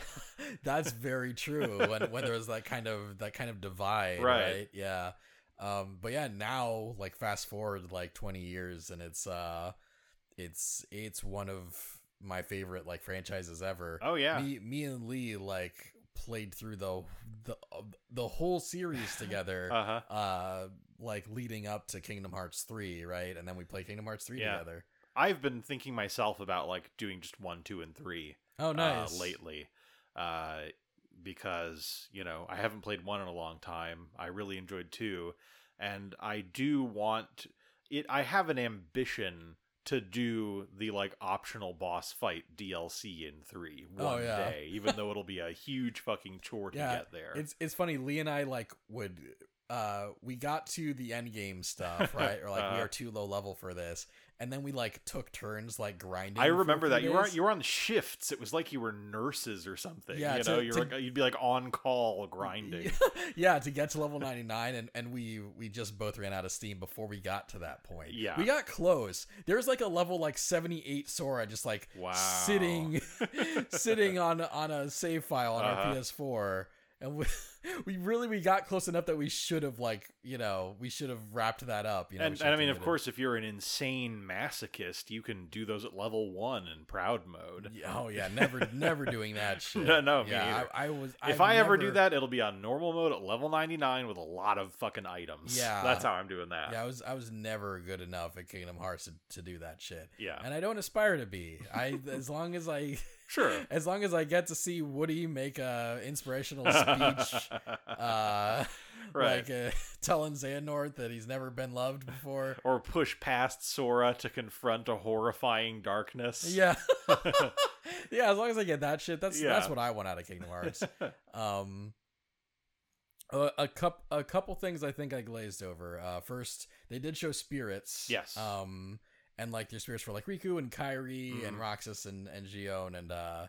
[SPEAKER 1] That's very true. When when there was that kind of that kind of divide,
[SPEAKER 2] Right.
[SPEAKER 1] right? Yeah. Um, but yeah, now like fast forward like twenty years, and it's uh, it's it's one of my favorite like franchises ever.
[SPEAKER 2] Oh yeah.
[SPEAKER 1] Me me and Lee like played through the the the whole series together.
[SPEAKER 2] Uh-huh.
[SPEAKER 1] uh like leading up to Kingdom Hearts 3, right? And then we play Kingdom Hearts 3
[SPEAKER 2] Yeah.
[SPEAKER 1] together.
[SPEAKER 2] I've been thinking myself about like doing just 1, 2 and 3
[SPEAKER 1] Oh
[SPEAKER 2] uh,
[SPEAKER 1] nice.
[SPEAKER 2] lately. Uh because, you know, I haven't played 1 in a long time. I really enjoyed 2 and I do want it I have an ambition to do the like optional boss fight DLC in three
[SPEAKER 1] Oh,
[SPEAKER 2] one
[SPEAKER 1] yeah.
[SPEAKER 2] day, even though it'll be a huge fucking chore to
[SPEAKER 1] Yeah,
[SPEAKER 2] get there.
[SPEAKER 1] It's it's funny. Lee and I like would uh we got to the end game stuff right or like we
[SPEAKER 2] Uh-huh.
[SPEAKER 1] are too low level for this and then we like took turns like grinding
[SPEAKER 2] I
[SPEAKER 1] for a
[SPEAKER 2] remember
[SPEAKER 1] few
[SPEAKER 2] that you were
[SPEAKER 1] days.
[SPEAKER 2] you were on shifts. It was like you were nurses or something.
[SPEAKER 1] Yeah,
[SPEAKER 2] you
[SPEAKER 1] to-
[SPEAKER 2] know, you're
[SPEAKER 1] to-
[SPEAKER 2] like, you'd be like on call grinding.
[SPEAKER 1] yeah to get to level 99 and and we we just both ran out of steam before we got to that point
[SPEAKER 2] Yeah.
[SPEAKER 1] we got close there's like a level like 78 sora just like
[SPEAKER 2] Wow.
[SPEAKER 1] sitting sitting on on a save file on
[SPEAKER 2] Uh-huh.
[SPEAKER 1] our PS4, and we, we really we got close enough that we should have like you know we should have wrapped that up. You know, we
[SPEAKER 2] and,
[SPEAKER 1] should
[SPEAKER 2] and I
[SPEAKER 1] have
[SPEAKER 2] mean, of
[SPEAKER 1] deleted-
[SPEAKER 2] course, if you're an insane masochist, you can do those at level one in proud mode.
[SPEAKER 1] Yeah, Oh yeah, never never doing that shit.
[SPEAKER 2] No, no, me
[SPEAKER 1] yeah,
[SPEAKER 2] either.
[SPEAKER 1] I, I was.
[SPEAKER 2] If
[SPEAKER 1] I've
[SPEAKER 2] I ever do
[SPEAKER 1] never-
[SPEAKER 2] that, it'll be on normal mode at level 99 with a lot of fucking items.
[SPEAKER 1] Yeah.
[SPEAKER 2] That's how I'm doing that.
[SPEAKER 1] yeah, I was I was never good enough at Kingdom Hearts to, to do that shit,
[SPEAKER 2] Yeah.
[SPEAKER 1] and I don't aspire to be. I as long as I
[SPEAKER 2] Sure.
[SPEAKER 1] as long as I get to see Woody make a inspirational speech uh,
[SPEAKER 2] Right.
[SPEAKER 1] like uh, telling Xehanort that he's never been loved before.
[SPEAKER 2] or push past Sora to confront a horrifying darkness.
[SPEAKER 1] Yeah, yeah. As long as I get that shit, that's that's
[SPEAKER 2] Yeah.
[SPEAKER 1] what I want out of Kingdom Hearts. um, a, a cup, a couple things I think I glazed over. Uh, first, they did show spirits.
[SPEAKER 2] Yes.
[SPEAKER 1] Um, and like their spirits were like Riku and Kairi and
[SPEAKER 2] Mhm.
[SPEAKER 1] Roxas and and Gion and uh,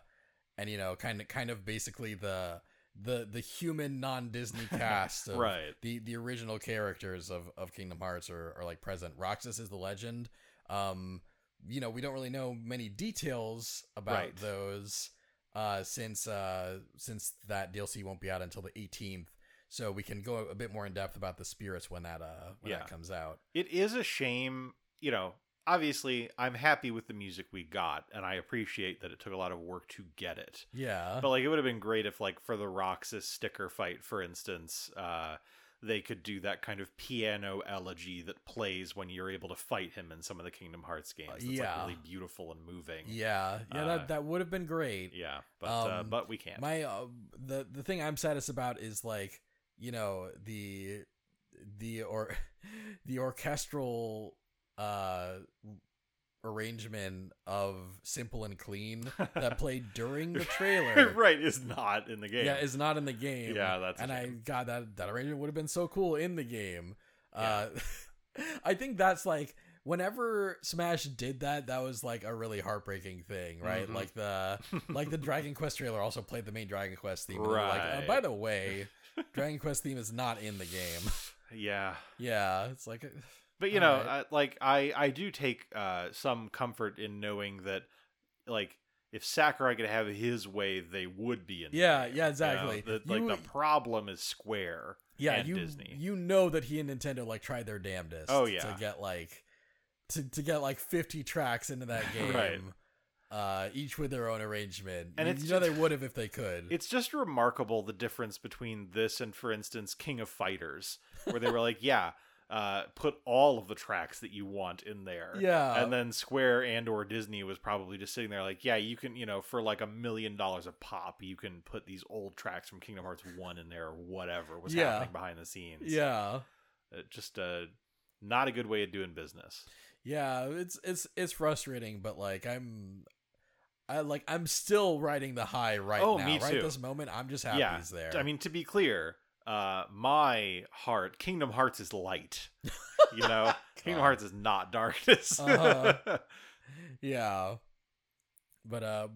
[SPEAKER 1] and you know, kind of kind of basically the the the human non Disney cast of
[SPEAKER 2] Right.
[SPEAKER 1] the the original characters of of Kingdom Hearts are, are like present. Roxas is the legend. Um, you know, we don't really know many details about
[SPEAKER 2] Right.
[SPEAKER 1] those uh, since uh, since that DLC won't be out until the 18th. So we can go a bit more in depth about the spirits when that uh when
[SPEAKER 2] Yeah.
[SPEAKER 1] that comes out.
[SPEAKER 2] It is a shame, you know. Obviously, I'm happy with the music we got, and I appreciate that it took a lot of work to get it.
[SPEAKER 1] Yeah.
[SPEAKER 2] But like it would have been great if like for the Roxas sticker fight, for instance, uh they could do that kind of piano elegy that plays when you're able to fight him in some of the Kingdom Hearts games. That's
[SPEAKER 1] yeah.
[SPEAKER 2] like really beautiful and moving.
[SPEAKER 1] yeah. Yeah,
[SPEAKER 2] Uh,
[SPEAKER 1] that that would have been great.
[SPEAKER 2] Yeah, But uh,
[SPEAKER 1] Um,
[SPEAKER 2] but we can't.
[SPEAKER 1] My uh, the the thing I'm saddest about is like you know the the or the orchestral uh arrangement of simple and clean that played during the trailer.
[SPEAKER 2] right is not in the game.
[SPEAKER 1] Yeah, is not in the game.
[SPEAKER 2] Yeah, that's a
[SPEAKER 1] and I
[SPEAKER 2] shame.
[SPEAKER 1] god that that arrangement would have been so cool in the game.
[SPEAKER 2] Yeah.
[SPEAKER 1] Uh, I think that's like whenever Smash did that, that was like a really heartbreaking thing, right?
[SPEAKER 2] Mhm.
[SPEAKER 1] Like the like the Dragon Quest trailer also played the main Dragon Quest theme. and we were like, uh,
[SPEAKER 2] Right.
[SPEAKER 1] by the way, Dragon Quest theme is not in the game.
[SPEAKER 2] yeah.
[SPEAKER 1] yeah, it's like
[SPEAKER 2] But you
[SPEAKER 1] All
[SPEAKER 2] know,
[SPEAKER 1] right.
[SPEAKER 2] I, like I I do take uh some comfort in knowing that like if Sakurai could have his way, they would be in.
[SPEAKER 1] Yeah,
[SPEAKER 2] there,
[SPEAKER 1] yeah, exactly.
[SPEAKER 2] You know? The-
[SPEAKER 1] You-
[SPEAKER 2] like the problem is Square.
[SPEAKER 1] yeah,
[SPEAKER 2] and
[SPEAKER 1] you
[SPEAKER 2] Disney.
[SPEAKER 1] you know that he and Nintendo like tried their damnedest.
[SPEAKER 2] Oh, yeah.
[SPEAKER 1] to get like to, to get like fifty tracks into that game,
[SPEAKER 2] Right.
[SPEAKER 1] uh, each with their own arrangement.
[SPEAKER 2] And
[SPEAKER 1] you,
[SPEAKER 2] it's
[SPEAKER 1] you know
[SPEAKER 2] just-
[SPEAKER 1] they would have if they could.
[SPEAKER 2] It's just remarkable the difference between this and, for instance, King of Fighters, where they were like, yeah, uh, put all of the tracks that you want in there.
[SPEAKER 1] yeah,
[SPEAKER 2] And then Square and or Disney was probably just sitting there like, yeah, you can, you know, for like a million dollars a pop, you can put these old tracks from Kingdom Hearts 1 in there or whatever was
[SPEAKER 1] Yeah.
[SPEAKER 2] happening behind the scenes.
[SPEAKER 1] yeah,
[SPEAKER 2] Uh, just uh, not a good way of doing business.
[SPEAKER 1] yeah. It's it's it's frustrating, but like I'm. I like I'm still riding the high right
[SPEAKER 2] Oh,
[SPEAKER 1] now.
[SPEAKER 2] me
[SPEAKER 1] right
[SPEAKER 2] too.
[SPEAKER 1] this moment, I'm just happy
[SPEAKER 2] Yeah,
[SPEAKER 1] he's there.
[SPEAKER 2] I mean, to be clear, uh, my heart, Kingdom Hearts is light. You know, Kingdom
[SPEAKER 1] Uh.
[SPEAKER 2] Hearts is not darkness.
[SPEAKER 1] Uh-huh. yeah but uh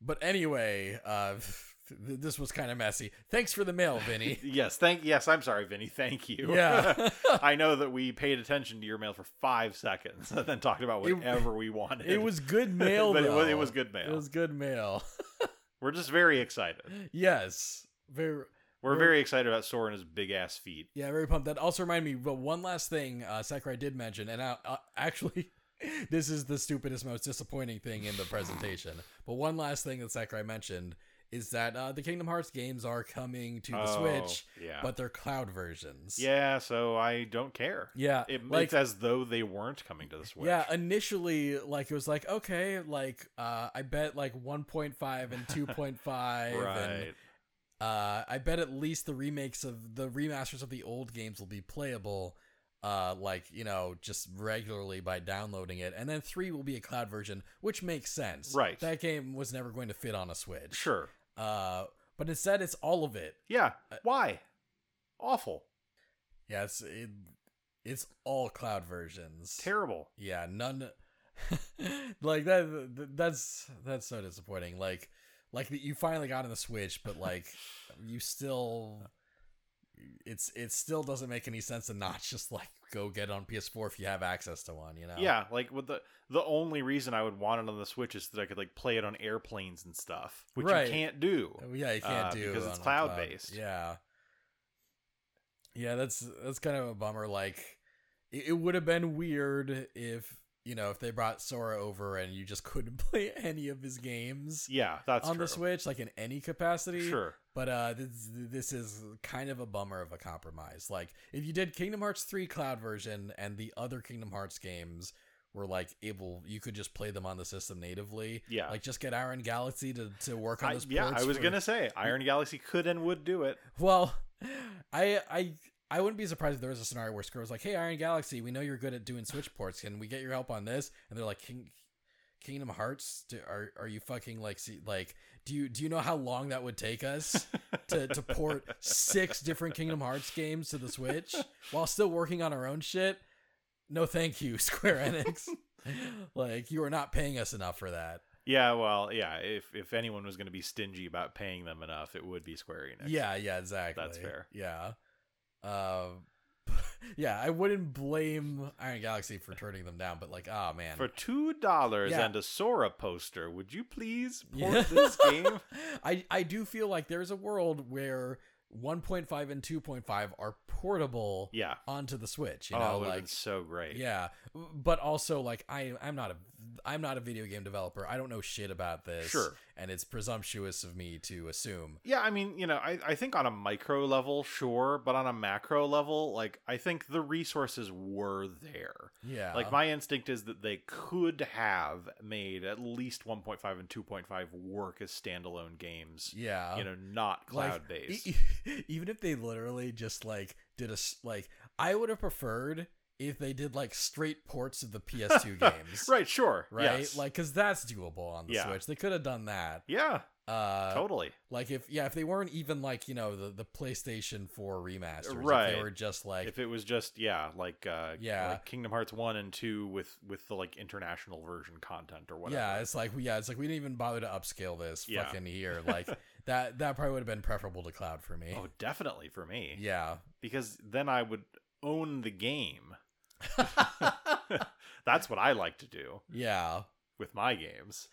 [SPEAKER 1] but anyway uh th- this was kind of messy thanks for the mail vinny
[SPEAKER 2] yes, thank. Yes, I'm sorry, Vinny. Thank you.
[SPEAKER 1] yeah
[SPEAKER 2] I know that we paid attention to your mail for five seconds and then talked about
[SPEAKER 1] It-
[SPEAKER 2] whatever we wanted.
[SPEAKER 1] it was good mail
[SPEAKER 2] but it was, it
[SPEAKER 1] though.
[SPEAKER 2] was good mail.
[SPEAKER 1] it was good mail
[SPEAKER 2] We're just very excited.
[SPEAKER 1] yes very
[SPEAKER 2] We're
[SPEAKER 1] We're-
[SPEAKER 2] very excited about Sora's big ass feet.
[SPEAKER 1] yeah very pumped that also reminded me but one last thing uh sakurai did mention and I, I actually this is the stupidest most disappointing thing in the presentation but one last thing that sakurai mentioned is that uh, the kingdom hearts games are coming to the
[SPEAKER 2] Oh,
[SPEAKER 1] switch
[SPEAKER 2] yeah.
[SPEAKER 1] but they're cloud versions
[SPEAKER 2] yeah, so I don't care.
[SPEAKER 1] yeah
[SPEAKER 2] It,
[SPEAKER 1] like
[SPEAKER 2] it's as though they weren't coming to the Switch.
[SPEAKER 1] Yeah, initially, like it was like okay, like uh, I bet like 1.5 and 2.5, and
[SPEAKER 2] right.
[SPEAKER 1] uh, I bet at least the remakes of the remasters of the old games will be playable, uh, like you know just regularly by downloading it, and then three will be a cloud version, which makes sense.
[SPEAKER 2] Right.
[SPEAKER 1] that game was never going to fit on a Switch.
[SPEAKER 2] Sure.
[SPEAKER 1] Uh, but instead, it's all of it.
[SPEAKER 2] Yeah.
[SPEAKER 1] Uh,
[SPEAKER 2] Why? Awful.
[SPEAKER 1] Yeah, it's it, it's all cloud versions.
[SPEAKER 2] Terrible.
[SPEAKER 1] yeah none like that th- that's that's so disappointing like like that you finally got on the switch but like you still it's it still doesn't make any sense to not just like go get it on ps4 if you have access to one you know
[SPEAKER 2] Yeah, like with the the only reason I would want it on the Switch is that I could like play it on airplanes and stuff, which
[SPEAKER 1] Right.
[SPEAKER 2] you can't do.
[SPEAKER 1] Uh, yeah you can't
[SPEAKER 2] Uh,
[SPEAKER 1] do
[SPEAKER 2] because
[SPEAKER 1] it
[SPEAKER 2] it's
[SPEAKER 1] on cloud.
[SPEAKER 2] cloud-based.
[SPEAKER 1] yeah yeah that's that's kind of a bummer like it, it would have been weird if you know if they brought sora over and you just couldn't play any of his games
[SPEAKER 2] Yeah, that's
[SPEAKER 1] on
[SPEAKER 2] true.
[SPEAKER 1] the Switch, like in any capacity.
[SPEAKER 2] Sure.
[SPEAKER 1] But uh, this this is kind of a bummer of a compromise. Like if you did Kingdom Hearts three cloud version and the other Kingdom Hearts games were like able, you could just play them on the system natively.
[SPEAKER 2] Yeah.
[SPEAKER 1] Like just get Iron Galaxy to, to work on
[SPEAKER 2] I,
[SPEAKER 1] those.
[SPEAKER 2] yeah,
[SPEAKER 1] ports
[SPEAKER 2] I was
[SPEAKER 1] for-
[SPEAKER 2] gonna say Iron Galaxy could and would do it.
[SPEAKER 1] Well, I I. I wouldn't be surprised if there was a scenario where Square was like, "Hey, Iron Galaxy, we know you're good at doing Switch ports. Can we get your help on this?" And they're like, King, "Kingdom Hearts, do, are are you fucking like see, like do you do you know how long that would take us to to port six different Kingdom Hearts games to the Switch while still working on our own shit?" No, thank you, Square Enix. like you are not paying us enough for that.
[SPEAKER 2] Yeah, well, yeah. If if anyone was gonna be stingy about paying them enough, it would be Square Enix.
[SPEAKER 1] Yeah, yeah, exactly.
[SPEAKER 2] fair.
[SPEAKER 1] Yeah. Um yeah, I wouldn't blame Iron Galaxy for turning them down, but like, oh man.
[SPEAKER 2] For two dollars
[SPEAKER 1] Yeah.
[SPEAKER 2] and a Sora poster, would you please port
[SPEAKER 1] Yeah.
[SPEAKER 2] this game?
[SPEAKER 1] I I do feel like there's a world where 1.5 and 2.5 are portable
[SPEAKER 2] Yeah.
[SPEAKER 1] onto the Switch, you
[SPEAKER 2] oh,
[SPEAKER 1] know,
[SPEAKER 2] it would've
[SPEAKER 1] like
[SPEAKER 2] been so great.
[SPEAKER 1] yeah, but also like I I'm not a I'm not a video game developer. I don't know shit about this.
[SPEAKER 2] Sure.
[SPEAKER 1] And it's presumptuous of me to assume.
[SPEAKER 2] Yeah, I mean, you know, I, I think on a micro level, sure, but on a macro level, like I think the resources were there.
[SPEAKER 1] Yeah.
[SPEAKER 2] Like my instinct is that they could have made at least 1.5 and 2.5 work as standalone games,
[SPEAKER 1] yeah.
[SPEAKER 2] you know, not
[SPEAKER 1] Like,
[SPEAKER 2] cloud based.
[SPEAKER 1] e- e- even if they literally just like did a s- like, I would have preferred if they did like straight ports of the PS2 games,
[SPEAKER 2] right, sure.
[SPEAKER 1] Right,
[SPEAKER 2] yes.
[SPEAKER 1] like because that's doable on the
[SPEAKER 2] Yeah.
[SPEAKER 1] Switch. They could have done that.
[SPEAKER 2] yeah,
[SPEAKER 1] Uh,
[SPEAKER 2] totally.
[SPEAKER 1] like if yeah, if they weren't even like you know the the PlayStation 4 remasters, If
[SPEAKER 2] Right.
[SPEAKER 1] they were just like
[SPEAKER 2] if it was just yeah, like uh
[SPEAKER 1] Yeah.
[SPEAKER 2] like Kingdom Hearts 1 and 2 with with the like international version content or whatever.
[SPEAKER 1] Yeah, it's like yeah, it's like we didn't even bother to upscale this
[SPEAKER 2] Yeah.
[SPEAKER 1] fucking here. Like that that probably would have been preferable to cloud for me.
[SPEAKER 2] oh, definitely for me.
[SPEAKER 1] yeah,
[SPEAKER 2] because then I would own the game. That's what I like to do
[SPEAKER 1] yeah.
[SPEAKER 2] with my games.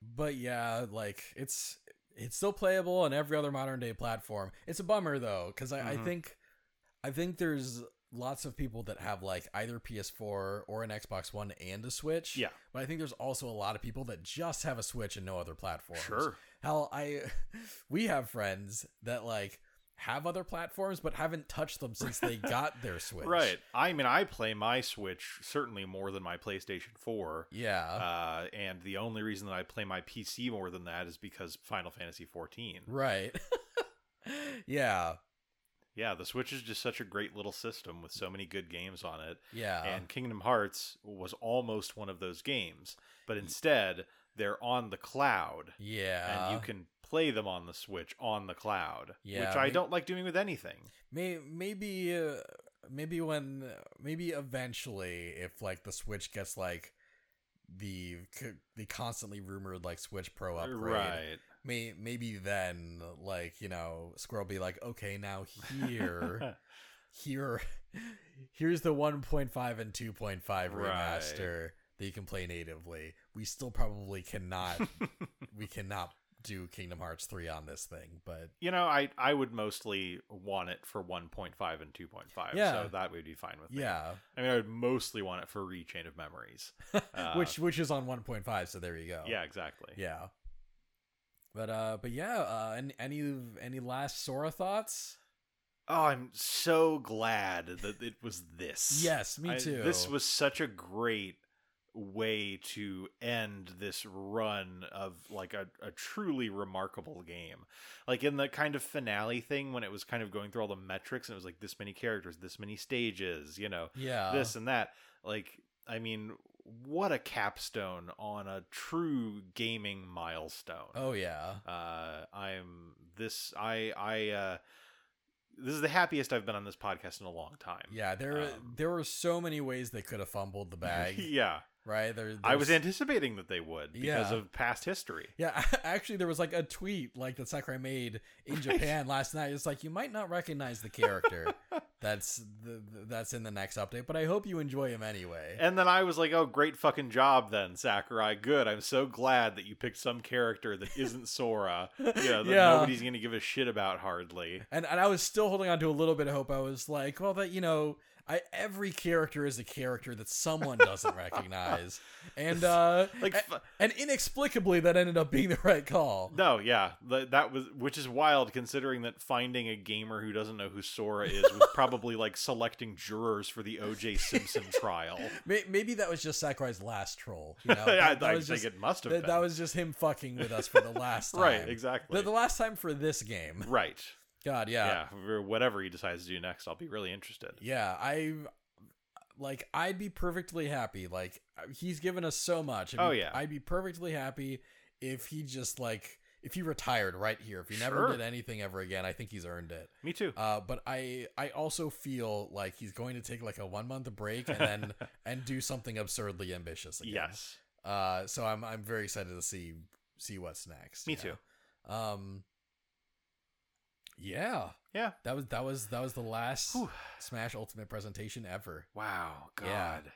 [SPEAKER 1] But yeah, like it's it's still playable on every other modern day platform. It's a bummer though, because I, I
[SPEAKER 2] Mhm.
[SPEAKER 1] think I think there's lots of people that have like either PS4 or an Xbox One and a Switch.
[SPEAKER 2] Yeah.
[SPEAKER 1] But I think there's also a lot of people that just have a Switch and no other platform.
[SPEAKER 2] Sure.
[SPEAKER 1] Hell, I we have friends that like have other platforms but haven't touched them since they got their Switch.
[SPEAKER 2] Right. I mean, I play my Switch certainly more than my PlayStation 4.
[SPEAKER 1] Yeah.
[SPEAKER 2] Uh, and the only reason that I play my PC more than that is because Final Fantasy 14.
[SPEAKER 1] right. yeah.
[SPEAKER 2] Yeah, the Switch is just such a great little system with so many good games on it.
[SPEAKER 1] Yeah.
[SPEAKER 2] and Kingdom Hearts was almost one of those games, but instead they're on the cloud,
[SPEAKER 1] yeah.
[SPEAKER 2] and you can play them on the Switch on the cloud,
[SPEAKER 1] Uh, Yeah,
[SPEAKER 2] which I
[SPEAKER 1] may-
[SPEAKER 2] don't like doing with anything.
[SPEAKER 1] May- maybe uh, maybe when maybe eventually if like the switch gets like the c- the constantly rumored like switch pro upgrade
[SPEAKER 2] Uh, Right.
[SPEAKER 1] may, maybe then like you know squirrel be like okay now here here here's the 1.5 and 2.5
[SPEAKER 2] Right.
[SPEAKER 1] remaster that you can play natively we still probably cannot we cannot do kingdom hearts 3 on this thing but
[SPEAKER 2] you know, I I would mostly want it for 1.5 and 2.5,
[SPEAKER 1] Yeah.
[SPEAKER 2] so that would be fine with me.
[SPEAKER 1] yeah
[SPEAKER 2] I mean, I would mostly want it for Rechain of Memories. Uh,
[SPEAKER 1] which which is on 1.5 so there you go
[SPEAKER 2] Yeah, exactly.
[SPEAKER 1] yeah but uh but yeah uh an- any any last sora thoughts
[SPEAKER 2] Oh, I'm so glad that it was this.
[SPEAKER 1] yes me
[SPEAKER 2] I-
[SPEAKER 1] too
[SPEAKER 2] this was such a great way to end this run of like a, a truly remarkable game. Like in the kind of finale thing when it was kind of going through all the metrics and it was like this many characters, this many stages, you know,
[SPEAKER 1] yeah
[SPEAKER 2] this and that. Like, I mean, what a capstone on a true gaming milestone
[SPEAKER 1] oh yeah
[SPEAKER 2] uh i'm this i i uh this is the happiest i've been on this podcast in a long time
[SPEAKER 1] yeah there
[SPEAKER 2] Um,
[SPEAKER 1] there were so many ways they could have fumbled the bag
[SPEAKER 2] yeah
[SPEAKER 1] right there
[SPEAKER 2] i was
[SPEAKER 1] there's-
[SPEAKER 2] anticipating that they would because
[SPEAKER 1] Yeah.
[SPEAKER 2] of past history
[SPEAKER 1] yeah, actually, there was like a tweet like that Sakurai made in Japan last night. It's like you might not recognize the character that's the, that's in the next update, but I hope you enjoy him anyway.
[SPEAKER 2] and then i was like oh great fucking job then sakurai good i'm so glad that you picked some character that isn't sora you know, that
[SPEAKER 1] Yeah.
[SPEAKER 2] nobody's gonna give a shit about hardly
[SPEAKER 1] And and I was still holding on to a little bit of hope. I was like, well, that you know, I every character is a character that someone doesn't recognize, and uh,
[SPEAKER 2] like
[SPEAKER 1] like,
[SPEAKER 2] f-
[SPEAKER 1] and inexplicably that ended up being the right call.
[SPEAKER 2] no yeah th- that was which is wild considering that finding a gamer who doesn't know who sora is was probably like selecting jurors for the oj simpson trial
[SPEAKER 1] May- Maybe that was just Sakurai's last troll. You know?
[SPEAKER 2] I,
[SPEAKER 1] that,
[SPEAKER 2] I
[SPEAKER 1] was
[SPEAKER 2] think
[SPEAKER 1] just,
[SPEAKER 2] it must have
[SPEAKER 1] that,
[SPEAKER 2] been.
[SPEAKER 1] that was just him fucking with us for the last time.
[SPEAKER 2] right, exactly.
[SPEAKER 1] The, the last time for this game.
[SPEAKER 2] right.
[SPEAKER 1] God, yeah.
[SPEAKER 2] Yeah. for whatever he decides to do next, I'll be really interested.
[SPEAKER 1] Yeah, I like I'd be perfectly happy. Like he's given us so much. I'd
[SPEAKER 2] Oh,
[SPEAKER 1] be-
[SPEAKER 2] yeah.
[SPEAKER 1] I'd be perfectly happy if he just like if he retired right here. If he never
[SPEAKER 2] Sure.
[SPEAKER 1] did anything ever again, I think he's earned it.
[SPEAKER 2] Me too.
[SPEAKER 1] Uh, but I I also feel like he's going to take like a one month break and then and do something absurdly ambitious. Again.
[SPEAKER 2] yes.
[SPEAKER 1] Uh, so I'm I'm very excited to see see what's next.
[SPEAKER 2] Me
[SPEAKER 1] you know? Um. Yeah.
[SPEAKER 2] Yeah.
[SPEAKER 1] That was that was that was the last
[SPEAKER 2] Whew.
[SPEAKER 1] Smash Ultimate presentation ever.
[SPEAKER 2] Wow. God.
[SPEAKER 1] Yeah.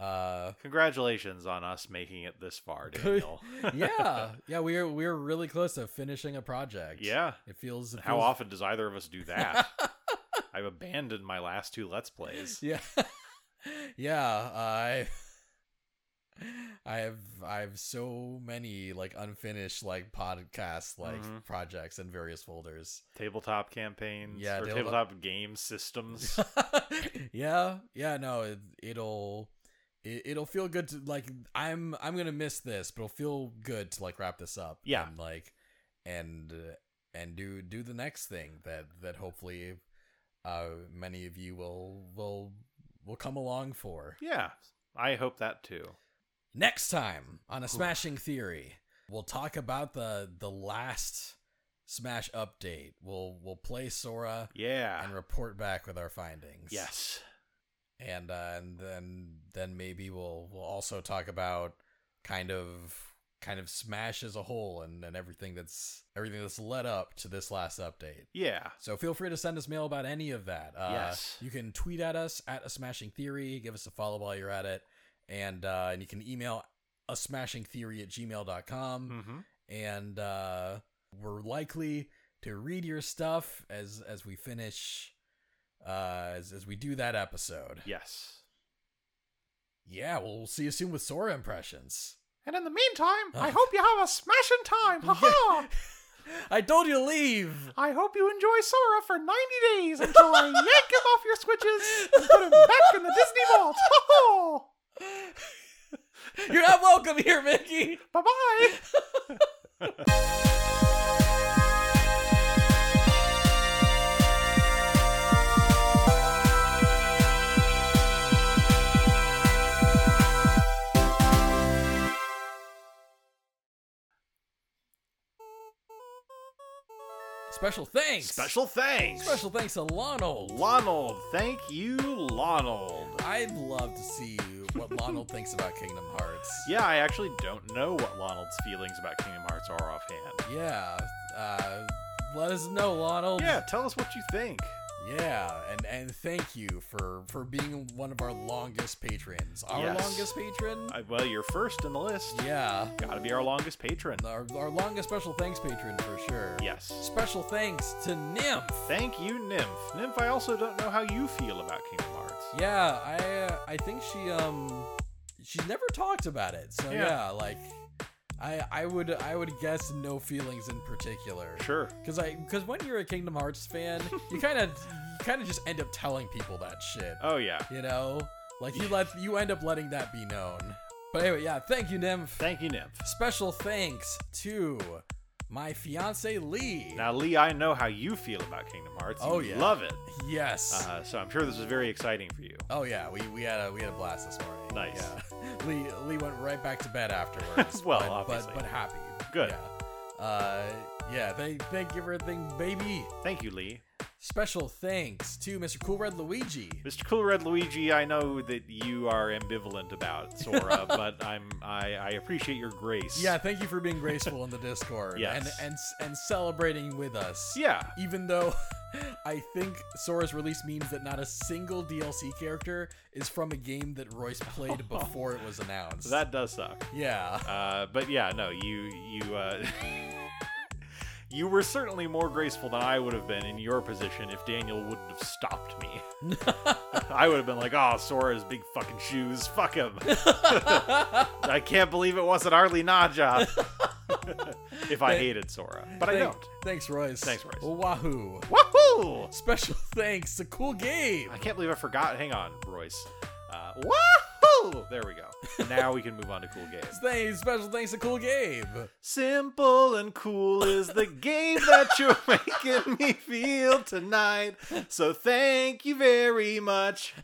[SPEAKER 1] Uh.
[SPEAKER 2] Congratulations on us making it this far, Daniel.
[SPEAKER 1] Yeah. yeah. We are we are really close to finishing a project.
[SPEAKER 2] yeah.
[SPEAKER 1] It feels. It
[SPEAKER 2] How
[SPEAKER 1] feels-
[SPEAKER 2] often does either of us do that? I've abandoned my last two Let's Plays.
[SPEAKER 1] Yeah. yeah. I. I have I have so many like unfinished like podcast like
[SPEAKER 2] Mhm.
[SPEAKER 1] projects in various folders.
[SPEAKER 2] Tabletop campaigns
[SPEAKER 1] Yeah,
[SPEAKER 2] or
[SPEAKER 1] tabletop-
[SPEAKER 2] tabletop game systems.
[SPEAKER 1] yeah, yeah, no, it, it'll it, it'll feel good to like I'm I'm gonna miss this, but it'll feel good to like wrap this up.
[SPEAKER 2] Yeah.
[SPEAKER 1] and, like and uh, and do do the next thing that that hopefully uh many of you will will will come along for
[SPEAKER 2] yeah. I hope that too.
[SPEAKER 1] next time on a smashing theory we'll talk about the the last smash update we'll we'll play sora
[SPEAKER 2] Yeah.
[SPEAKER 1] and report back with our findings
[SPEAKER 2] yes.
[SPEAKER 1] and uh, and then then maybe we'll we'll also talk about kind of kind of smash as a whole and, and everything that's everything that's led up to this last update
[SPEAKER 2] Yeah.
[SPEAKER 1] so feel free to send us mail about any of that uh,
[SPEAKER 2] Yes.
[SPEAKER 1] you can tweet at us at a smashing theory give us a follow while you're at it and uh, and you can email a smashing theory at gmail.com.
[SPEAKER 2] Mm-hmm.
[SPEAKER 1] and uh, we're likely to read your stuff as as we finish uh, as as we do that episode.
[SPEAKER 2] Yes.
[SPEAKER 1] Yeah, well, we'll see you soon with Sora impressions.
[SPEAKER 2] And in the meantime, I
[SPEAKER 1] Oh.
[SPEAKER 2] hope you have a smashing time. Ha ha!
[SPEAKER 1] I told you to leave.
[SPEAKER 2] I hope you enjoy Sora for 90 days until I yank him off your switches and put him back in the Disney vault. Ha ha!
[SPEAKER 1] You're not welcome here, Mickey.
[SPEAKER 2] Bye bye!
[SPEAKER 1] Special thanks.
[SPEAKER 2] Special thanks!
[SPEAKER 1] special thanks to Lonald.
[SPEAKER 2] Lonald, thank you, Lonald.
[SPEAKER 1] I'd love to see what Lonald thinks about Kingdom Hearts.
[SPEAKER 2] Yeah, I actually don't know what Lonald's feelings about Kingdom Hearts are offhand.
[SPEAKER 1] Yeah. Uh, let us know, Lonald.
[SPEAKER 2] Yeah, tell us what you think.
[SPEAKER 1] Yeah, and and thank you for for being one of our longest patrons. Our
[SPEAKER 2] Yes.
[SPEAKER 1] longest patron.
[SPEAKER 2] I, well, you're first in the list.
[SPEAKER 1] yeah,
[SPEAKER 2] Gotta be our longest patron.
[SPEAKER 1] our our longest special thanks patron for sure.
[SPEAKER 2] Yes.
[SPEAKER 1] Special thanks to Nymph.
[SPEAKER 2] Thank you, Nymph. Nymph, I also don't know how you feel about Kingdom Hearts.
[SPEAKER 1] Yeah, I uh, I think she um she's never talked about it. So
[SPEAKER 2] Yeah.
[SPEAKER 1] yeah, like I I would I would guess no feelings in particular.
[SPEAKER 2] Sure.
[SPEAKER 1] Cause I cause when you're a Kingdom Hearts fan, you kind of you kind of just end up telling people that shit.
[SPEAKER 2] Oh, yeah.
[SPEAKER 1] You know, like you let you end up letting that be known. But anyway, yeah, thank you, Nymph.
[SPEAKER 2] Thank you, Nymph.
[SPEAKER 1] Special thanks to my fiance Lee.
[SPEAKER 2] Now, Lee, I know how you feel about Kingdom Hearts.
[SPEAKER 1] Oh,
[SPEAKER 2] You
[SPEAKER 1] yeah.
[SPEAKER 2] Love it.
[SPEAKER 1] yes.
[SPEAKER 2] Uh, so I'm sure this is very exciting for you.
[SPEAKER 1] oh yeah, we, we had a we had a blast this morning.
[SPEAKER 2] Nice.
[SPEAKER 1] Yeah. Lee Lee went right back to bed afterwards.
[SPEAKER 2] Well,
[SPEAKER 1] but,
[SPEAKER 2] obviously.
[SPEAKER 1] but but happy.
[SPEAKER 2] Good.
[SPEAKER 1] Yeah. Uh, yeah. Thank thank you for everything, baby.
[SPEAKER 2] Thank you, Lee.
[SPEAKER 1] Special thanks to Mr. Cool Red Luigi.
[SPEAKER 2] Mr. Cool Red Luigi, I know that you are ambivalent about Sora, but I'm I, I appreciate your grace.
[SPEAKER 1] Yeah, thank you for being graceful in the Discord
[SPEAKER 2] Yes.
[SPEAKER 1] and and and celebrating with us.
[SPEAKER 2] Yeah.
[SPEAKER 1] Even though I think Sora's release means that not a single DLC character is from a game that Royce played before it was announced.
[SPEAKER 2] That does suck.
[SPEAKER 1] yeah.
[SPEAKER 2] Uh, but yeah, no, you you uh, you were certainly more graceful than I would have been in your position if Daniel wouldn't have stopped me. I would have been like, "Oh, Sora's big fucking shoes, fuck him." I can't believe it wasn't Arlie Naja. if I
[SPEAKER 1] Thank-
[SPEAKER 2] hated Sora, but I
[SPEAKER 1] Thank-
[SPEAKER 2] don't.
[SPEAKER 1] Thanks, Royce.
[SPEAKER 2] Thanks, Royce.
[SPEAKER 1] Wahoo.
[SPEAKER 2] Wahoo!
[SPEAKER 1] Special thanks to Cool Gabe.
[SPEAKER 2] I can't believe I forgot. Hang on, Royce. Uh, wahoo! There we go. Now we can move on to cool games.
[SPEAKER 1] Thanks, special thanks to Cool Gabe.
[SPEAKER 2] Simple and cool is the game that you're making me feel tonight. So thank you very much.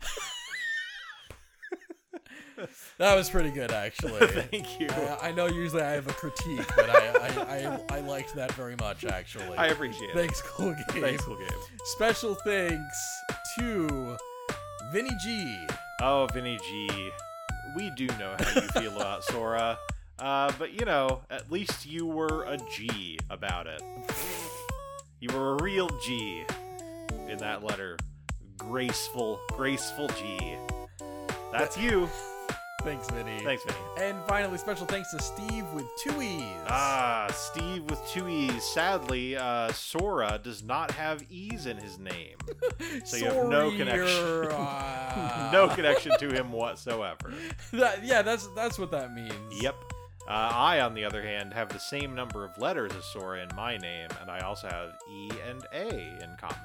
[SPEAKER 1] That was pretty good, actually.
[SPEAKER 2] Thank you.
[SPEAKER 1] I, I know usually I have a critique, but I, I, I, I liked that very much, actually.
[SPEAKER 2] I appreciate it.
[SPEAKER 1] Thanks, Cool Gabe.
[SPEAKER 2] Thanks, cool game.
[SPEAKER 1] Special thanks to Vinny G.
[SPEAKER 2] Oh, Vinny G, we do know how you feel about Sora. Uh, but you know, at least you were a G about it. You were a real G in that letter. Graceful, graceful G. That's you.
[SPEAKER 1] Thanks, Vinny.
[SPEAKER 2] Thanks, Vinny.
[SPEAKER 1] And finally, special thanks to Steve with two E's.
[SPEAKER 2] Ah, Steve with two E's. Sadly, uh, Sora does not have E's in his name. So you have no
[SPEAKER 1] Sorry,
[SPEAKER 2] connection.
[SPEAKER 1] uh,
[SPEAKER 2] no connection to him whatsoever.
[SPEAKER 1] That, yeah, that's that's what that means.
[SPEAKER 2] Yep. Uh, I, on the other hand, have the same number of letters as Sora in my name, and I also have E and A in common.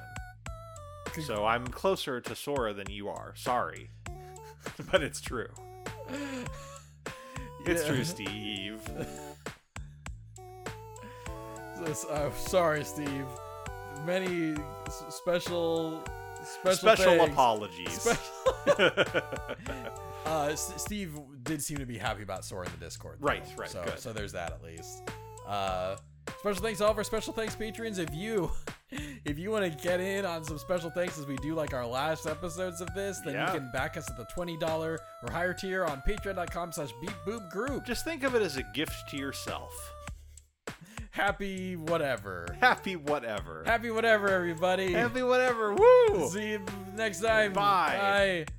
[SPEAKER 1] Could-
[SPEAKER 2] So I'm closer to Sora than you are. Sorry. but it's true. It's
[SPEAKER 1] Yeah.
[SPEAKER 2] true, Steve.
[SPEAKER 1] This- uh, sorry, Steve. Many s- special special
[SPEAKER 2] Special
[SPEAKER 1] thanks.
[SPEAKER 2] apologies.
[SPEAKER 1] Spe- uh, S- Steve did seem to be happy about Sora in the Discord. though.
[SPEAKER 2] Right, right,
[SPEAKER 1] So,
[SPEAKER 2] good.
[SPEAKER 1] so there's that at least. Uh, special thanks to all of our special thanks patrons. If you if you want to get in on some special thanks as we do like our last episodes of this, then
[SPEAKER 2] Yeah.
[SPEAKER 1] you can back us at the twenty dollar or higher tier on patreon.com slash beat boob group.
[SPEAKER 2] Just think of it as a gift to yourself.
[SPEAKER 1] Happy whatever.
[SPEAKER 2] Happy whatever.
[SPEAKER 1] Happy whatever, everybody.
[SPEAKER 2] Happy whatever. Woo!
[SPEAKER 1] See you next time.
[SPEAKER 2] Bye.
[SPEAKER 1] Bye.